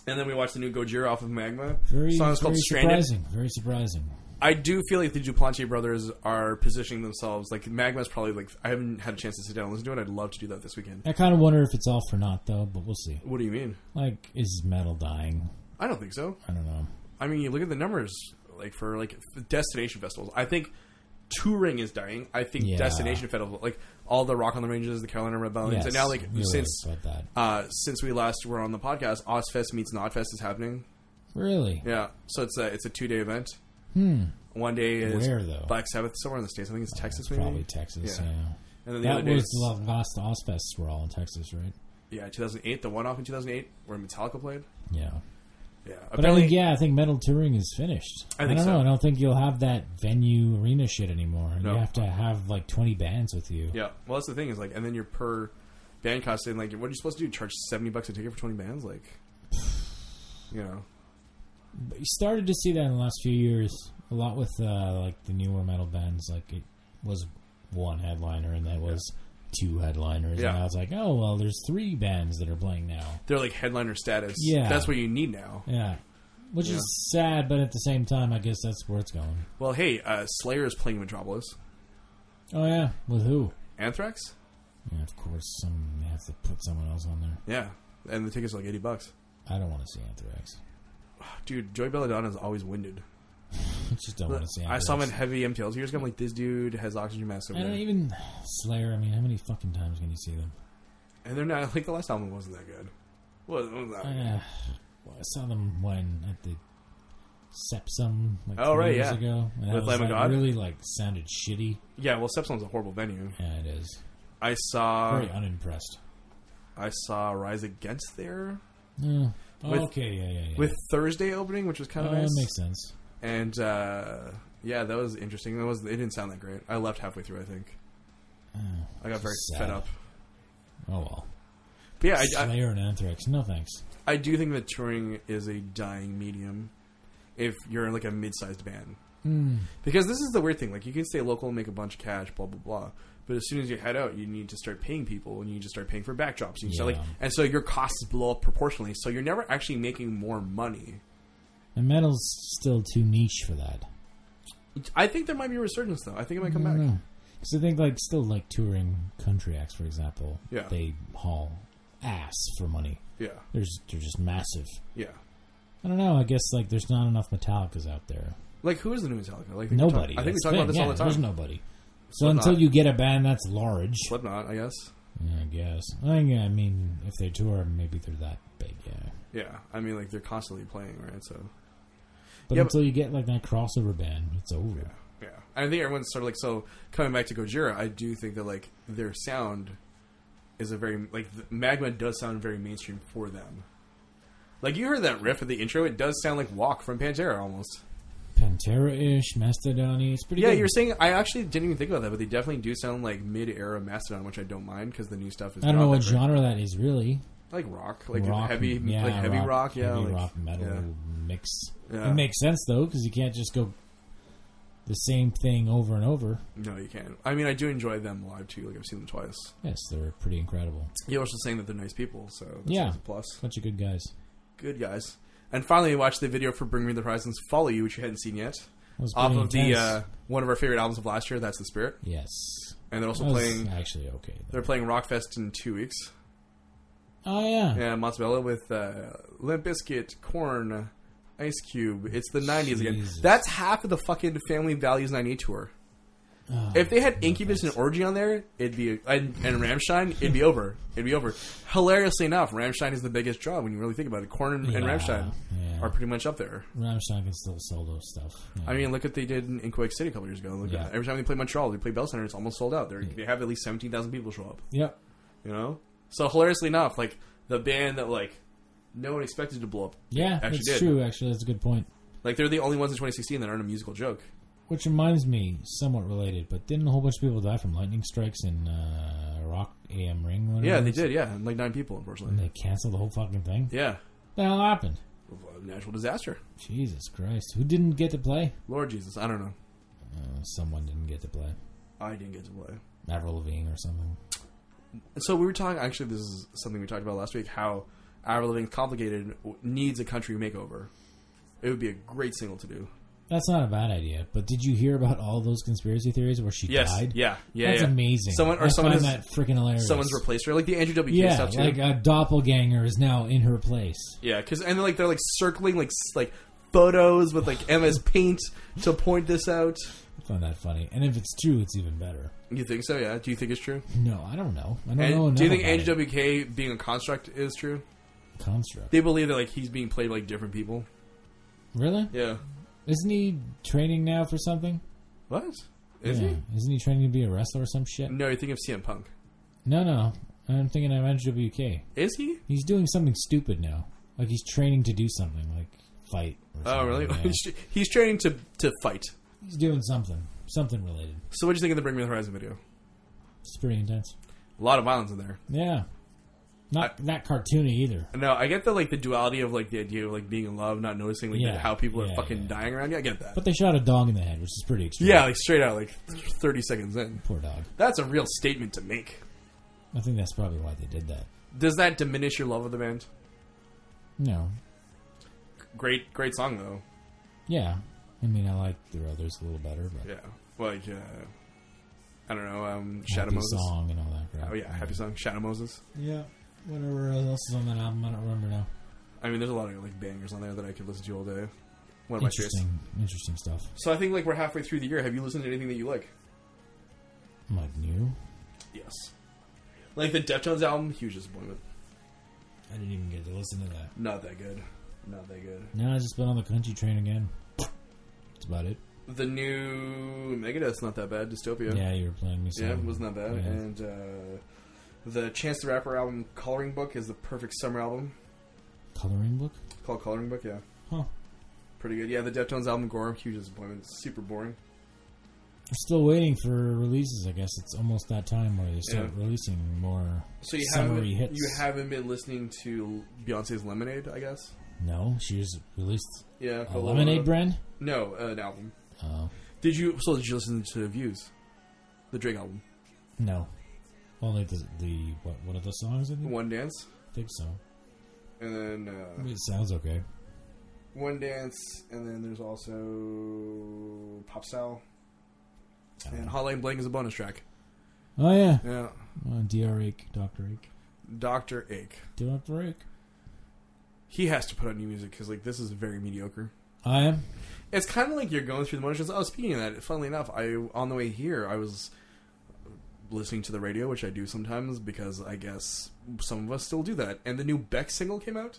Speaker 1: And then we watched the new Gojira off of Magma.
Speaker 2: Very,
Speaker 1: song is called
Speaker 2: very
Speaker 1: Stranded.
Speaker 2: surprising. Very surprising.
Speaker 1: I do feel like the Duplantier brothers are positioning themselves. Like Magma's probably like I haven't had a chance to sit down and listen to it. I'd love to do that this weekend.
Speaker 2: I kind of wonder if it's all for naught though, but we'll see.
Speaker 1: What do you mean?
Speaker 2: Like, is metal dying?
Speaker 1: I don't think so.
Speaker 2: I don't know.
Speaker 1: I mean, you look at the numbers, like for like f- destination festivals. I think touring is dying. I think
Speaker 2: Yeah.
Speaker 1: destination festival, like all the Rock on the Ranges, the Carolina Rebellions,
Speaker 2: Yes,
Speaker 1: and now like
Speaker 2: you're
Speaker 1: since
Speaker 2: right about that.
Speaker 1: uh, since we last were on the podcast, Ozfest meets Nodfest is happening.
Speaker 2: Really?
Speaker 1: Yeah, so it's a it's a two day event. Hmm. One day is
Speaker 2: Where, though? Oh,
Speaker 1: Black Sabbath somewhere in the states. I think it's Texas, maybe.
Speaker 2: Probably Texas.
Speaker 1: Yeah.
Speaker 2: Yeah.
Speaker 1: And then the
Speaker 2: That
Speaker 1: other day,
Speaker 2: was
Speaker 1: is-
Speaker 2: the last Ozfests were all in Texas, right?
Speaker 1: yeah, 2008, the one off in 2008 where Metallica played.
Speaker 2: Yeah.
Speaker 1: Yeah,
Speaker 2: But I think yeah, I think metal touring is finished.
Speaker 1: I think
Speaker 2: don't
Speaker 1: so.
Speaker 2: know. I don't think you'll have that venue arena shit anymore.
Speaker 1: No.
Speaker 2: You have to have like twenty bands with you.
Speaker 1: yeah. Well, that's the thing is like, and then your per band cost and like, what are you supposed to do? Charge 70 bucks a ticket for 20 bands? Like, you know,
Speaker 2: But you started to see that in the last few years a lot with uh, like the newer metal bands. Like it was one headliner and that was two headliners,
Speaker 1: Yeah.
Speaker 2: and I was like, oh well, there's three bands that are playing now.
Speaker 1: they're like headliner status.
Speaker 2: Yeah.
Speaker 1: that's what you need now.
Speaker 2: Yeah, which is sad, but at the same time, I guess that's where it's going.
Speaker 1: Well, hey, uh, Slayer is playing Metropolis.
Speaker 2: Oh yeah, with who?
Speaker 1: Anthrax.
Speaker 2: Yeah, of course, some they have to put someone else on there.
Speaker 1: Yeah, and the tickets are like 80 bucks.
Speaker 2: I don't want to see Anthrax.
Speaker 1: Dude, Joey Belladonna is always winded.
Speaker 2: I just don't want to see.
Speaker 1: I
Speaker 2: Anthrax.
Speaker 1: saw him in heavy MTLs years ago. I'm like, this dude has oxygen mask over
Speaker 2: I don't
Speaker 1: there.
Speaker 2: even Slayer. I mean, how many fucking times can you see them?
Speaker 1: And they're not like the last album wasn't that good. What what was that?
Speaker 2: Uh, well, I saw them when at the Sepsum like
Speaker 1: Oh,
Speaker 2: three
Speaker 1: right,
Speaker 2: years
Speaker 1: yeah.
Speaker 2: ago. And that
Speaker 1: With
Speaker 2: was,
Speaker 1: Lamb
Speaker 2: like,
Speaker 1: of God?
Speaker 2: really like sounded shitty.
Speaker 1: Yeah, well, Sepson's a horrible venue.
Speaker 2: Yeah, it is.
Speaker 1: I saw
Speaker 2: Very unimpressed.
Speaker 1: I saw Rise Against there
Speaker 2: Yeah. Oh,
Speaker 1: with-
Speaker 2: okay, yeah, yeah, yeah.
Speaker 1: with Thursday opening, which was kind
Speaker 2: oh,
Speaker 1: of nice.
Speaker 2: that makes sense.
Speaker 1: And uh, yeah, that was interesting. That was it didn't sound that great. I left halfway through. I think I got very
Speaker 2: Oh, sad.
Speaker 1: fed up.
Speaker 2: Oh well.
Speaker 1: But yeah, I, I,
Speaker 2: Slayer and Anthrax. No thanks.
Speaker 1: I do think that touring is a dying medium. If you're like a mid-sized band,
Speaker 2: Hmm.
Speaker 1: because this is the weird thing. Like you can stay local and make a bunch of cash, blah blah blah. But as soon as you head out, you need to start paying people, and you need to start paying for backdrops. And you start,
Speaker 2: Yeah.
Speaker 1: like, and so your costs blow up proportionally. So you're never actually making more money.
Speaker 2: And metal's still too niche for that.
Speaker 1: I think there might be a resurgence, though. I think it might come back.
Speaker 2: Because I think like still like touring country acts, for example.
Speaker 1: Yeah.
Speaker 2: They haul ass for money.
Speaker 1: Yeah,
Speaker 2: There's they're just massive.
Speaker 1: yeah.
Speaker 2: I don't know. I guess like there's not enough Metallicas out there.
Speaker 1: Like who is the new Metallica? Like we talk-
Speaker 2: Nobody.
Speaker 1: I think we
Speaker 2: That's
Speaker 1: talk about
Speaker 2: the
Speaker 1: this
Speaker 2: thing.
Speaker 1: all
Speaker 2: Yeah,
Speaker 1: the time.
Speaker 2: There's nobody. So
Speaker 1: Slipknot.
Speaker 2: until you get a band that's large,
Speaker 1: Slipknot, I guess.
Speaker 2: yeah, I guess. I think I mean if they tour, maybe they're that big. Yeah.
Speaker 1: Yeah, I mean, like they're constantly playing, right? So
Speaker 2: But
Speaker 1: Yeah,
Speaker 2: until you get like that crossover band, it's over.
Speaker 1: yeah, I think everyone's sort of like so. Coming back to Gojira, I do think that like their sound is a very like the, Magma does sound very mainstream for them. Like you heard that riff at the intro, it does sound like Walk from Pantera almost.
Speaker 2: Pantera-ish, Mastodon-y. It's pretty
Speaker 1: Yeah,
Speaker 2: good.
Speaker 1: you're saying I actually didn't even think about that, but they definitely do sound like mid-era Mastodon, which I don't mind because the new stuff is.
Speaker 2: I don't
Speaker 1: not
Speaker 2: know what
Speaker 1: that great.
Speaker 2: genre that is really.
Speaker 1: Like rock, like
Speaker 2: rock,
Speaker 1: heavy,
Speaker 2: yeah,
Speaker 1: like heavy rock, yeah,
Speaker 2: heavy
Speaker 1: like-
Speaker 2: rock metal
Speaker 1: yeah.
Speaker 2: mix.
Speaker 1: Yeah.
Speaker 2: It makes sense though because you can't just go the same thing over and over.
Speaker 1: No, you can't. I mean, I do enjoy them live too. Like I've seen them twice.
Speaker 2: Yes, they're pretty incredible.
Speaker 1: You're also saying that they're nice people, so that's
Speaker 2: Yeah.
Speaker 1: always a plus.
Speaker 2: Bunch of good guys.
Speaker 1: Good guys. And finally, I watched the video for "Bring Me the Horizons Follow You," which you hadn't seen yet,
Speaker 2: That was
Speaker 1: off
Speaker 2: pretty
Speaker 1: of the
Speaker 2: intense.
Speaker 1: uh, one of our favorite albums of last year, "That's the Spirit,"
Speaker 2: yes.
Speaker 1: and they're also
Speaker 2: That was
Speaker 1: playing.
Speaker 2: actually okay. though.
Speaker 1: They're playing Rockfest in two weeks.
Speaker 2: Oh yeah.
Speaker 1: Yeah, mozzarella with uh, Limp Bizkit, Corn, Ice Cube. It's the '90s again.
Speaker 2: Jesus.
Speaker 1: That's half of the fucking Family Values '98 tour.
Speaker 2: Oh,
Speaker 1: If they had Incubus and Orgy on there, it'd be and, and Ramstein, it'd be over. It'd be over. Hilariously enough, Ramstein is the biggest draw when you really think about it. Corn and, and
Speaker 2: Yeah,
Speaker 1: Ramstein
Speaker 2: yeah.
Speaker 1: are pretty much up there.
Speaker 2: Rammstein can still sell those stuff. Yeah.
Speaker 1: I mean, look what they did in, in Quake City a couple years ago. Look
Speaker 2: Yeah.
Speaker 1: at, every time they play Montreal, they play Bell Center, it's almost sold out. They're, They have at least seventeen thousand people show up.
Speaker 2: yep.
Speaker 1: You know, so hilariously enough, like the band that like no one expected to blow up
Speaker 2: Yeah,
Speaker 1: actually
Speaker 2: that's
Speaker 1: did.
Speaker 2: true. Actually, that's a good point.
Speaker 1: Like they're the only ones in 2016 that aren't a musical joke.
Speaker 2: Which reminds me, somewhat related, but didn't a whole bunch of people die from lightning strikes in uh, Rock AM Ring? whatever
Speaker 1: Yeah,
Speaker 2: it
Speaker 1: they
Speaker 2: is?
Speaker 1: did. Yeah, like nine people,
Speaker 2: And
Speaker 1: unfortunately.
Speaker 2: they canceled the whole fucking thing.
Speaker 1: Yeah,
Speaker 2: What the hell happened?
Speaker 1: natural disaster.
Speaker 2: Jesus Christ! Who didn't get to play?
Speaker 1: Lord Jesus, I don't know.
Speaker 2: Uh, someone didn't get to play.
Speaker 1: I didn't get to play.
Speaker 2: Avril Lavigne or something.
Speaker 1: And so we were talking. Actually, this is something we talked about last week. How our living complicated w- needs a country makeover. It would be a great single to do.
Speaker 2: That's not a bad idea. But did you hear about all those conspiracy theories where she
Speaker 1: Yes.
Speaker 2: died?
Speaker 1: Yeah. Yeah.
Speaker 2: That's
Speaker 1: yeah.
Speaker 2: amazing.
Speaker 1: Someone or
Speaker 2: I
Speaker 1: someone
Speaker 2: find
Speaker 1: has,
Speaker 2: that freaking hilarious.
Speaker 1: someone's replaced her. Like the Andrew WK
Speaker 2: Yeah,
Speaker 1: stuff too.
Speaker 2: like uh, a doppelganger is now in her place.
Speaker 1: Yeah, because and like they're like circling like s- like photos with like MS Paint to point this out.
Speaker 2: I find that funny. And if it's true, it's even better.
Speaker 1: You think so? Yeah. Do you think it's true?
Speaker 2: No, I don't know. I don't
Speaker 1: And
Speaker 2: know.
Speaker 1: do you
Speaker 2: enough
Speaker 1: think
Speaker 2: about
Speaker 1: Andrew WK being a construct is true?
Speaker 2: it. construct?
Speaker 1: They believe that like he's being played by like different people.
Speaker 2: Really?
Speaker 1: Yeah.
Speaker 2: Isn't he training now for something?
Speaker 1: What? Is
Speaker 2: yeah.
Speaker 1: he?
Speaker 2: Isn't he training to be a wrestler or some shit?
Speaker 1: No, you're thinking of CM Punk.
Speaker 2: No, no. I'm thinking of NWK.
Speaker 1: Is he?
Speaker 2: He's doing something stupid now. Like he's training to do something, like fight. Or
Speaker 1: Oh,
Speaker 2: something,
Speaker 1: really?
Speaker 2: yeah.
Speaker 1: he's training to to fight.
Speaker 2: he's doing something, something related.
Speaker 1: So what do you think of the Bring Me the Horizon video?
Speaker 2: It's pretty intense.
Speaker 1: A lot of violence in there.
Speaker 2: Yeah. Not not cartoony either.
Speaker 1: No, I get the like the duality of like the idea of like being in love, not noticing like
Speaker 2: Yeah.
Speaker 1: that how people
Speaker 2: Yeah,
Speaker 1: are fucking
Speaker 2: yeah.
Speaker 1: dying around you. I get that.
Speaker 2: But they shot a dog in the head, which is pretty extreme.
Speaker 1: yeah, like straight out, like thirty seconds in.
Speaker 2: Poor dog.
Speaker 1: That's a real statement to make.
Speaker 2: I think that's probably why they did that.
Speaker 1: Does that diminish your love of the band?
Speaker 2: No.
Speaker 1: Great, great song though.
Speaker 2: Yeah. I mean, I like their others a little better, but
Speaker 1: Yeah, like uh, I don't know, um, Shadow
Speaker 2: Happy
Speaker 1: Moses.
Speaker 2: song and all that crap.
Speaker 1: Oh yeah, happy song, Shadow Moses.
Speaker 2: Yeah. Whatever else is on that album, I don't remember now.
Speaker 1: I mean, there's a lot of like bangers on there that I could listen to all day. One of my favorites.
Speaker 2: Interesting, interesting stuff.
Speaker 1: So I think like we're halfway through the year. Have you listened to anything that you like?
Speaker 2: I'm like new.
Speaker 1: Yes. Like the Deftones album, huge disappointment.
Speaker 2: I didn't even get to listen to that.
Speaker 1: Not that good. Not that good.
Speaker 2: No, I just been on the country train again. That's about it.
Speaker 1: The new Megadeth's not that bad. Dystopia.
Speaker 2: Yeah, you were playing me.
Speaker 1: Yeah,
Speaker 2: some-
Speaker 1: it wasn't that bad.
Speaker 2: Yeah.
Speaker 1: And uh, the Chance the Rapper album, Coloring Book, is the perfect summer album.
Speaker 2: coloring book.
Speaker 1: Called Coloring Book, yeah.
Speaker 2: Huh.
Speaker 1: Pretty good. Yeah, the Deftones album, Gore, huge disappointment. Super boring.
Speaker 2: I'm still waiting for releases. I guess it's almost that time where they start
Speaker 1: Yeah.
Speaker 2: releasing more
Speaker 1: So you haven't,
Speaker 2: summary hits.
Speaker 1: you haven't been listening to Beyonce's Lemonade, I guess.
Speaker 2: no, she just released
Speaker 1: Yeah,
Speaker 2: a lemonade brand.
Speaker 1: No, uh, an album.
Speaker 2: Oh
Speaker 1: Did you? So did you listen to Views, the Drake album,
Speaker 2: no, only the the what what are the songs? I think,
Speaker 1: One Dance,
Speaker 2: I think so.
Speaker 1: and then uh,
Speaker 2: It sounds okay.
Speaker 1: One Dance, and then there's also Pop Style, and Hotline Bling is a bonus track.
Speaker 2: Oh yeah,
Speaker 1: Yeah,
Speaker 2: uh, Dr. Ake, Doctor Ake,
Speaker 1: Doctor Ake.
Speaker 2: Doctor Ake.
Speaker 1: He has to put out new music because like this is very mediocre.
Speaker 2: I am.
Speaker 1: It's kind of like you're going through the motions. Oh, speaking of that, funnily enough, I on the way here I was listening to the radio, which I do sometimes because I guess some of us still do that. And the new Beck single came out.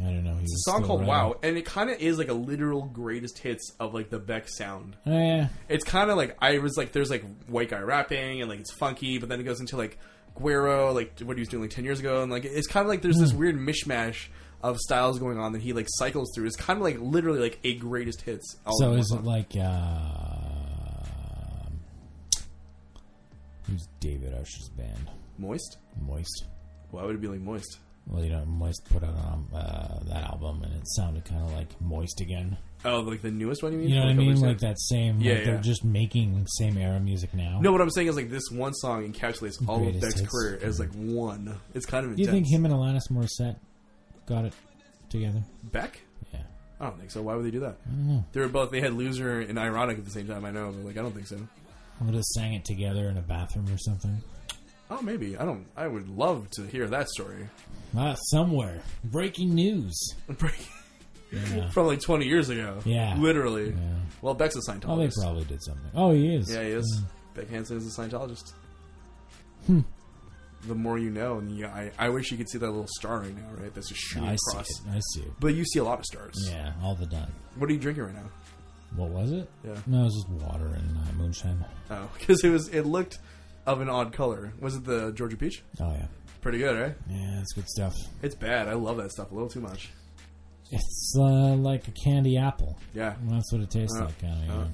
Speaker 2: I don't know. He
Speaker 1: It's
Speaker 2: was
Speaker 1: a song
Speaker 2: still
Speaker 1: called
Speaker 2: writing.
Speaker 1: Wow, and it kind of is like a literal greatest hits of like the Beck sound.
Speaker 2: Oh yeah,
Speaker 1: It's kind of like I was like, there's like white guy rapping and like it's funky, but then
Speaker 2: Hmm.
Speaker 1: it goes into like Guero, like what he was doing like ten years ago, and like it's kind of like there's this weird mishmash of styles going on that he like cycles through. It's kind of like literally like a greatest hits. all
Speaker 2: so
Speaker 1: in
Speaker 2: is
Speaker 1: one
Speaker 2: it
Speaker 1: song.
Speaker 2: like uh, who's David Usher's band?
Speaker 1: moist?
Speaker 2: Moist.
Speaker 1: Why would it be like moist?
Speaker 2: Well, you know, Moist put out um, uh, that album, and it sounded kind of like Moist again.
Speaker 1: Oh, like the newest one you mean?
Speaker 2: You know what I
Speaker 1: Like,
Speaker 2: mean?
Speaker 1: Overstand?
Speaker 2: Like that same.
Speaker 1: Yeah,
Speaker 2: like They're
Speaker 1: yeah.
Speaker 2: just making same era music now.
Speaker 1: No, what I'm saying is like this one song encapsulates all of
Speaker 2: Greatest
Speaker 1: Beck's
Speaker 2: hits.
Speaker 1: career as like one. It's kind of
Speaker 2: Do you
Speaker 1: intense.
Speaker 2: think him and Alanis Morissette got it together?
Speaker 1: Beck?
Speaker 2: Yeah.
Speaker 1: I don't think so. Why would they do that? They were both. They had loser and ironic at the same time. I know, but like I don't think so.
Speaker 2: Would have sang it together in a bathroom or something.
Speaker 1: Oh, maybe I don't. I would love to hear that story
Speaker 2: Ah, somewhere. Breaking news. Yeah.
Speaker 1: from like 20 years ago.
Speaker 2: Yeah.
Speaker 1: literally.
Speaker 2: Yeah.
Speaker 1: Well, Beck's a
Speaker 2: Oh, they
Speaker 1: Scientologist.
Speaker 2: probably did something. Oh, he is.
Speaker 1: yeah, he is. Beck Hansen is a Scientologist.
Speaker 2: Hmm.
Speaker 1: The more you know, and you, I, I wish you could see that little star right now, right? That's just shooting
Speaker 2: I see
Speaker 1: across.
Speaker 2: it. I see it.
Speaker 1: But you see a lot of stars.
Speaker 2: Yeah, all the done.
Speaker 1: What are you drinking right now?
Speaker 2: What was it?
Speaker 1: Yeah.
Speaker 2: No, it was just water and uh, moonshine.
Speaker 1: Oh, because it was. It looked of an odd color. Was it the Georgia peach?
Speaker 2: Oh, yeah.
Speaker 1: Pretty good, right?
Speaker 2: Yeah, that's good stuff.
Speaker 1: It's bad. I love that stuff a little too much.
Speaker 2: It's uh, like a candy apple.
Speaker 1: Yeah,
Speaker 2: That's what it tastes
Speaker 1: Uh,
Speaker 2: like. Kind of,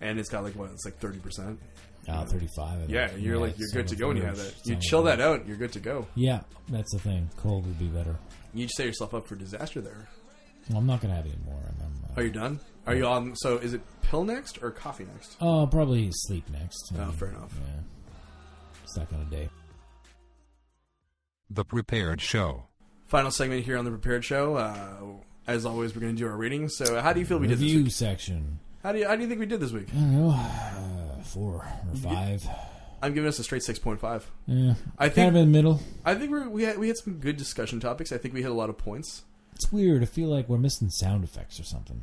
Speaker 1: and it's got like what? It's like thirty percent.
Speaker 2: yeah. Oh, 35. I think.
Speaker 1: Yeah, you're like you're good to go when you have that. You chill
Speaker 2: that out.
Speaker 1: that out, you're good to go.
Speaker 2: Yeah, that's the thing. Cold would be better.
Speaker 1: You set yourself up for disaster there.
Speaker 2: Well, I'm not gonna have any more. and I'm, uh,
Speaker 1: Are Oh, you done? Are you on? So is it pill next or coffee next?
Speaker 2: Oh, probably sleep next.
Speaker 1: Oh, fair enough.
Speaker 2: Yeah, stuck on a day.
Speaker 3: The Prepared Show.
Speaker 1: Final segment here on the prepared show. Uh, as always, we're going to do our ratings. So how do you feel we did this?
Speaker 2: Review
Speaker 1: Week?
Speaker 2: section.
Speaker 1: How do you how do you think we did this week?
Speaker 2: I don't know, uh, four or five.
Speaker 1: I'm giving us a straight six point five.
Speaker 2: Yeah,
Speaker 1: I
Speaker 2: kind
Speaker 1: think
Speaker 2: of in the middle.
Speaker 1: I think we're, we had, we had some good discussion topics. I think we hit a lot of points.
Speaker 2: It's weird. I feel like we're missing sound effects or something,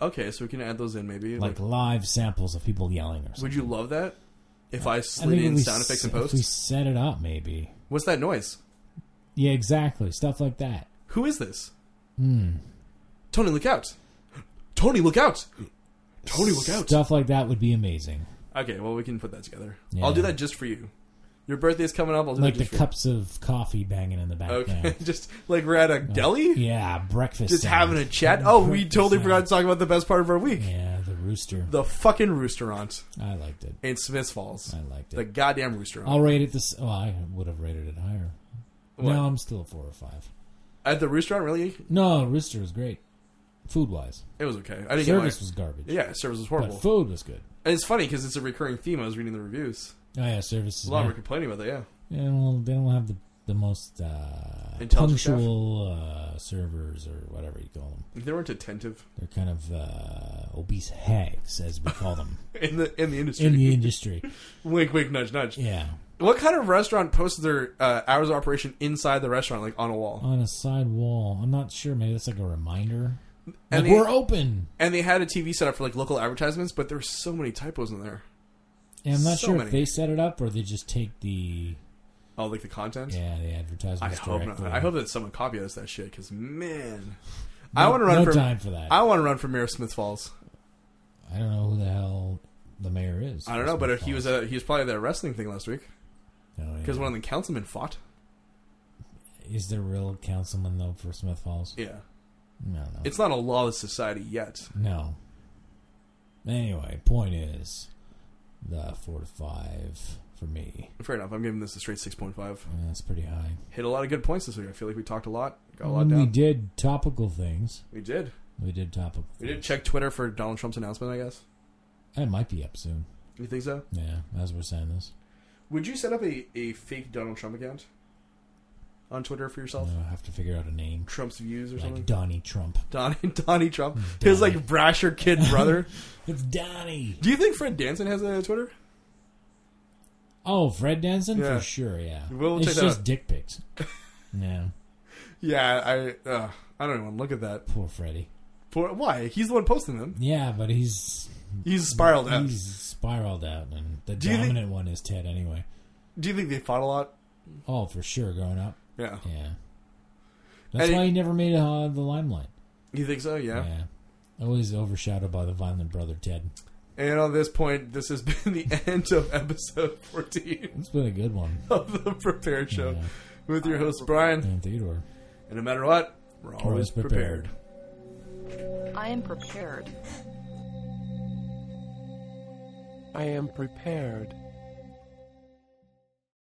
Speaker 1: Okay, so we can add those in maybe.
Speaker 2: like live samples of people yelling or something.
Speaker 1: would you love that if I
Speaker 2: I
Speaker 1: slid
Speaker 2: think if
Speaker 1: in
Speaker 2: we
Speaker 1: sound effects and
Speaker 2: s- if we
Speaker 1: post?
Speaker 2: set it up, maybe.
Speaker 1: What's that noise?
Speaker 2: Yeah, exactly. Stuff like that.
Speaker 1: Who is this?
Speaker 2: Hmm.
Speaker 1: Tony, look out! Tony, look out! Tony, look out!
Speaker 2: Stuff like that would be amazing.
Speaker 1: Okay, well, we can put that together.
Speaker 2: Yeah.
Speaker 1: I'll do that just for you. Your birthday's coming up. I'll do
Speaker 2: Like
Speaker 1: that
Speaker 2: the
Speaker 1: just for
Speaker 2: cups of coffee banging in the
Speaker 1: you. Okay,
Speaker 2: background.
Speaker 1: just like we're at a deli,
Speaker 2: Yeah, breakfast.
Speaker 1: just
Speaker 2: sound.
Speaker 1: having a chat. Oh, we
Speaker 2: Breakfast
Speaker 1: totally
Speaker 2: sound.
Speaker 1: forgot to talk about the best part of our week:
Speaker 2: Yeah, the rooster.
Speaker 1: the fucking roosterant
Speaker 2: I liked it.
Speaker 1: in Smiths Falls.
Speaker 2: I liked it.
Speaker 1: The goddamn roosterant
Speaker 2: I'll rate it this. Oh, I would have rated it higher.
Speaker 1: What?
Speaker 2: No, I'm still a four or five.
Speaker 1: at the roosterant. Really,
Speaker 2: No, rooster was great. Food wise,
Speaker 1: it was okay. I didn't
Speaker 2: service
Speaker 1: get
Speaker 2: was garbage.
Speaker 1: my, yeah, service was
Speaker 2: but
Speaker 1: horrible.
Speaker 2: food was good.
Speaker 1: and it's funny because it's a recurring theme. I was reading the reviews.
Speaker 2: Oh yeah, service
Speaker 1: A
Speaker 2: is.
Speaker 1: lot of them were
Speaker 2: bad.
Speaker 1: complaining about that. Yeah.
Speaker 2: Yeah, well, they don't have the the most uh,
Speaker 1: Intelligent staff.
Speaker 2: punctual uh, servers or whatever you call them.
Speaker 1: They weren't attentive
Speaker 2: They're kind of uh, obese hags, as we call them
Speaker 1: in the in the industry.
Speaker 2: in the industry.
Speaker 1: wink, wink, nudge, nudge.
Speaker 2: Yeah,
Speaker 1: What kind of restaurant posts their uh, hours of operation inside the restaurant, like on a wall?
Speaker 2: on a side wall. I'm not sure. Maybe that's like a reminder. Like,
Speaker 1: And they-
Speaker 2: we're open.
Speaker 1: And they had a TV set up for like local advertisements, but there were so many typos in there.
Speaker 2: And I'm not
Speaker 1: So
Speaker 2: sure
Speaker 1: many.
Speaker 2: if they set it up or they just take the
Speaker 1: Oh, like the content.
Speaker 2: yeah the advertisements
Speaker 1: I hope
Speaker 2: directly.
Speaker 1: not. I hope that someone copy us that shit because man, I want to run
Speaker 2: no
Speaker 1: for
Speaker 2: time for that.
Speaker 1: I want to run for mayor of Smith Falls.
Speaker 2: I don't know who the hell the mayor is.
Speaker 1: I don't know, but he was uh he was probably at that wrestling thing last week
Speaker 2: Oh,
Speaker 1: because one of the councilmen fought.
Speaker 2: is there real councilman though for Smith Falls?
Speaker 1: Yeah,
Speaker 2: No, no,
Speaker 1: it's not a lawless society yet.
Speaker 2: no. Anyway, point is the four to five for me.
Speaker 1: Fair enough. I'm giving this a straight six point five.
Speaker 2: I mean, that's pretty high.
Speaker 1: Hit a lot of good points this week. I feel like we talked a lot, got a lot
Speaker 2: And we
Speaker 1: down.
Speaker 2: did topical things.
Speaker 1: We did.
Speaker 2: We did topical.
Speaker 1: We did
Speaker 2: things.
Speaker 1: check Twitter for Donald Trump's announcement, I guess.
Speaker 2: It might be up soon.
Speaker 1: You think so?
Speaker 2: Yeah, as we're saying this.
Speaker 1: Would you set up a, a fake Donald Trump account on Twitter for yourself?
Speaker 2: I have to figure out a name.
Speaker 1: Trump's views or something?
Speaker 2: Like Donnie Trump.
Speaker 1: Donnie, Donnie Trump. His, like, brasher kid brother.
Speaker 2: It's Donnie.
Speaker 1: Do you think Fred Danson has a Twitter?
Speaker 2: Oh, Fred Danson
Speaker 1: Yeah.
Speaker 2: for sure. Yeah,
Speaker 1: We'll
Speaker 2: it's
Speaker 1: check that
Speaker 2: just
Speaker 1: out.
Speaker 2: dick pics. yeah,
Speaker 1: Yeah, I uh, I don't even look at that.
Speaker 2: poor Freddy.
Speaker 1: Poor, why? He's the one posting them.
Speaker 2: Yeah, but he's
Speaker 1: He's spiraled out.
Speaker 2: He's spiraled out, and the
Speaker 1: Do you think-
Speaker 2: dominant one is Ted anyway.
Speaker 1: Do you think they fought a lot?
Speaker 2: Oh, for sure, growing up.
Speaker 1: Yeah.
Speaker 2: Yeah, that's
Speaker 1: And
Speaker 2: why
Speaker 1: he-
Speaker 2: he never made it out of the limelight.
Speaker 1: You think so? Yeah.
Speaker 2: Yeah, always overshadowed by the violent brother Ted.
Speaker 1: And on this point, this has been the end of episode 14
Speaker 2: It's been a good one.
Speaker 1: of The Prepared Show
Speaker 2: Yeah.
Speaker 1: with your host, Brian.
Speaker 2: And Theodore.
Speaker 1: And no matter what, we're always,
Speaker 2: always
Speaker 1: prepared.
Speaker 2: prepared.
Speaker 5: I am prepared.
Speaker 6: I am prepared.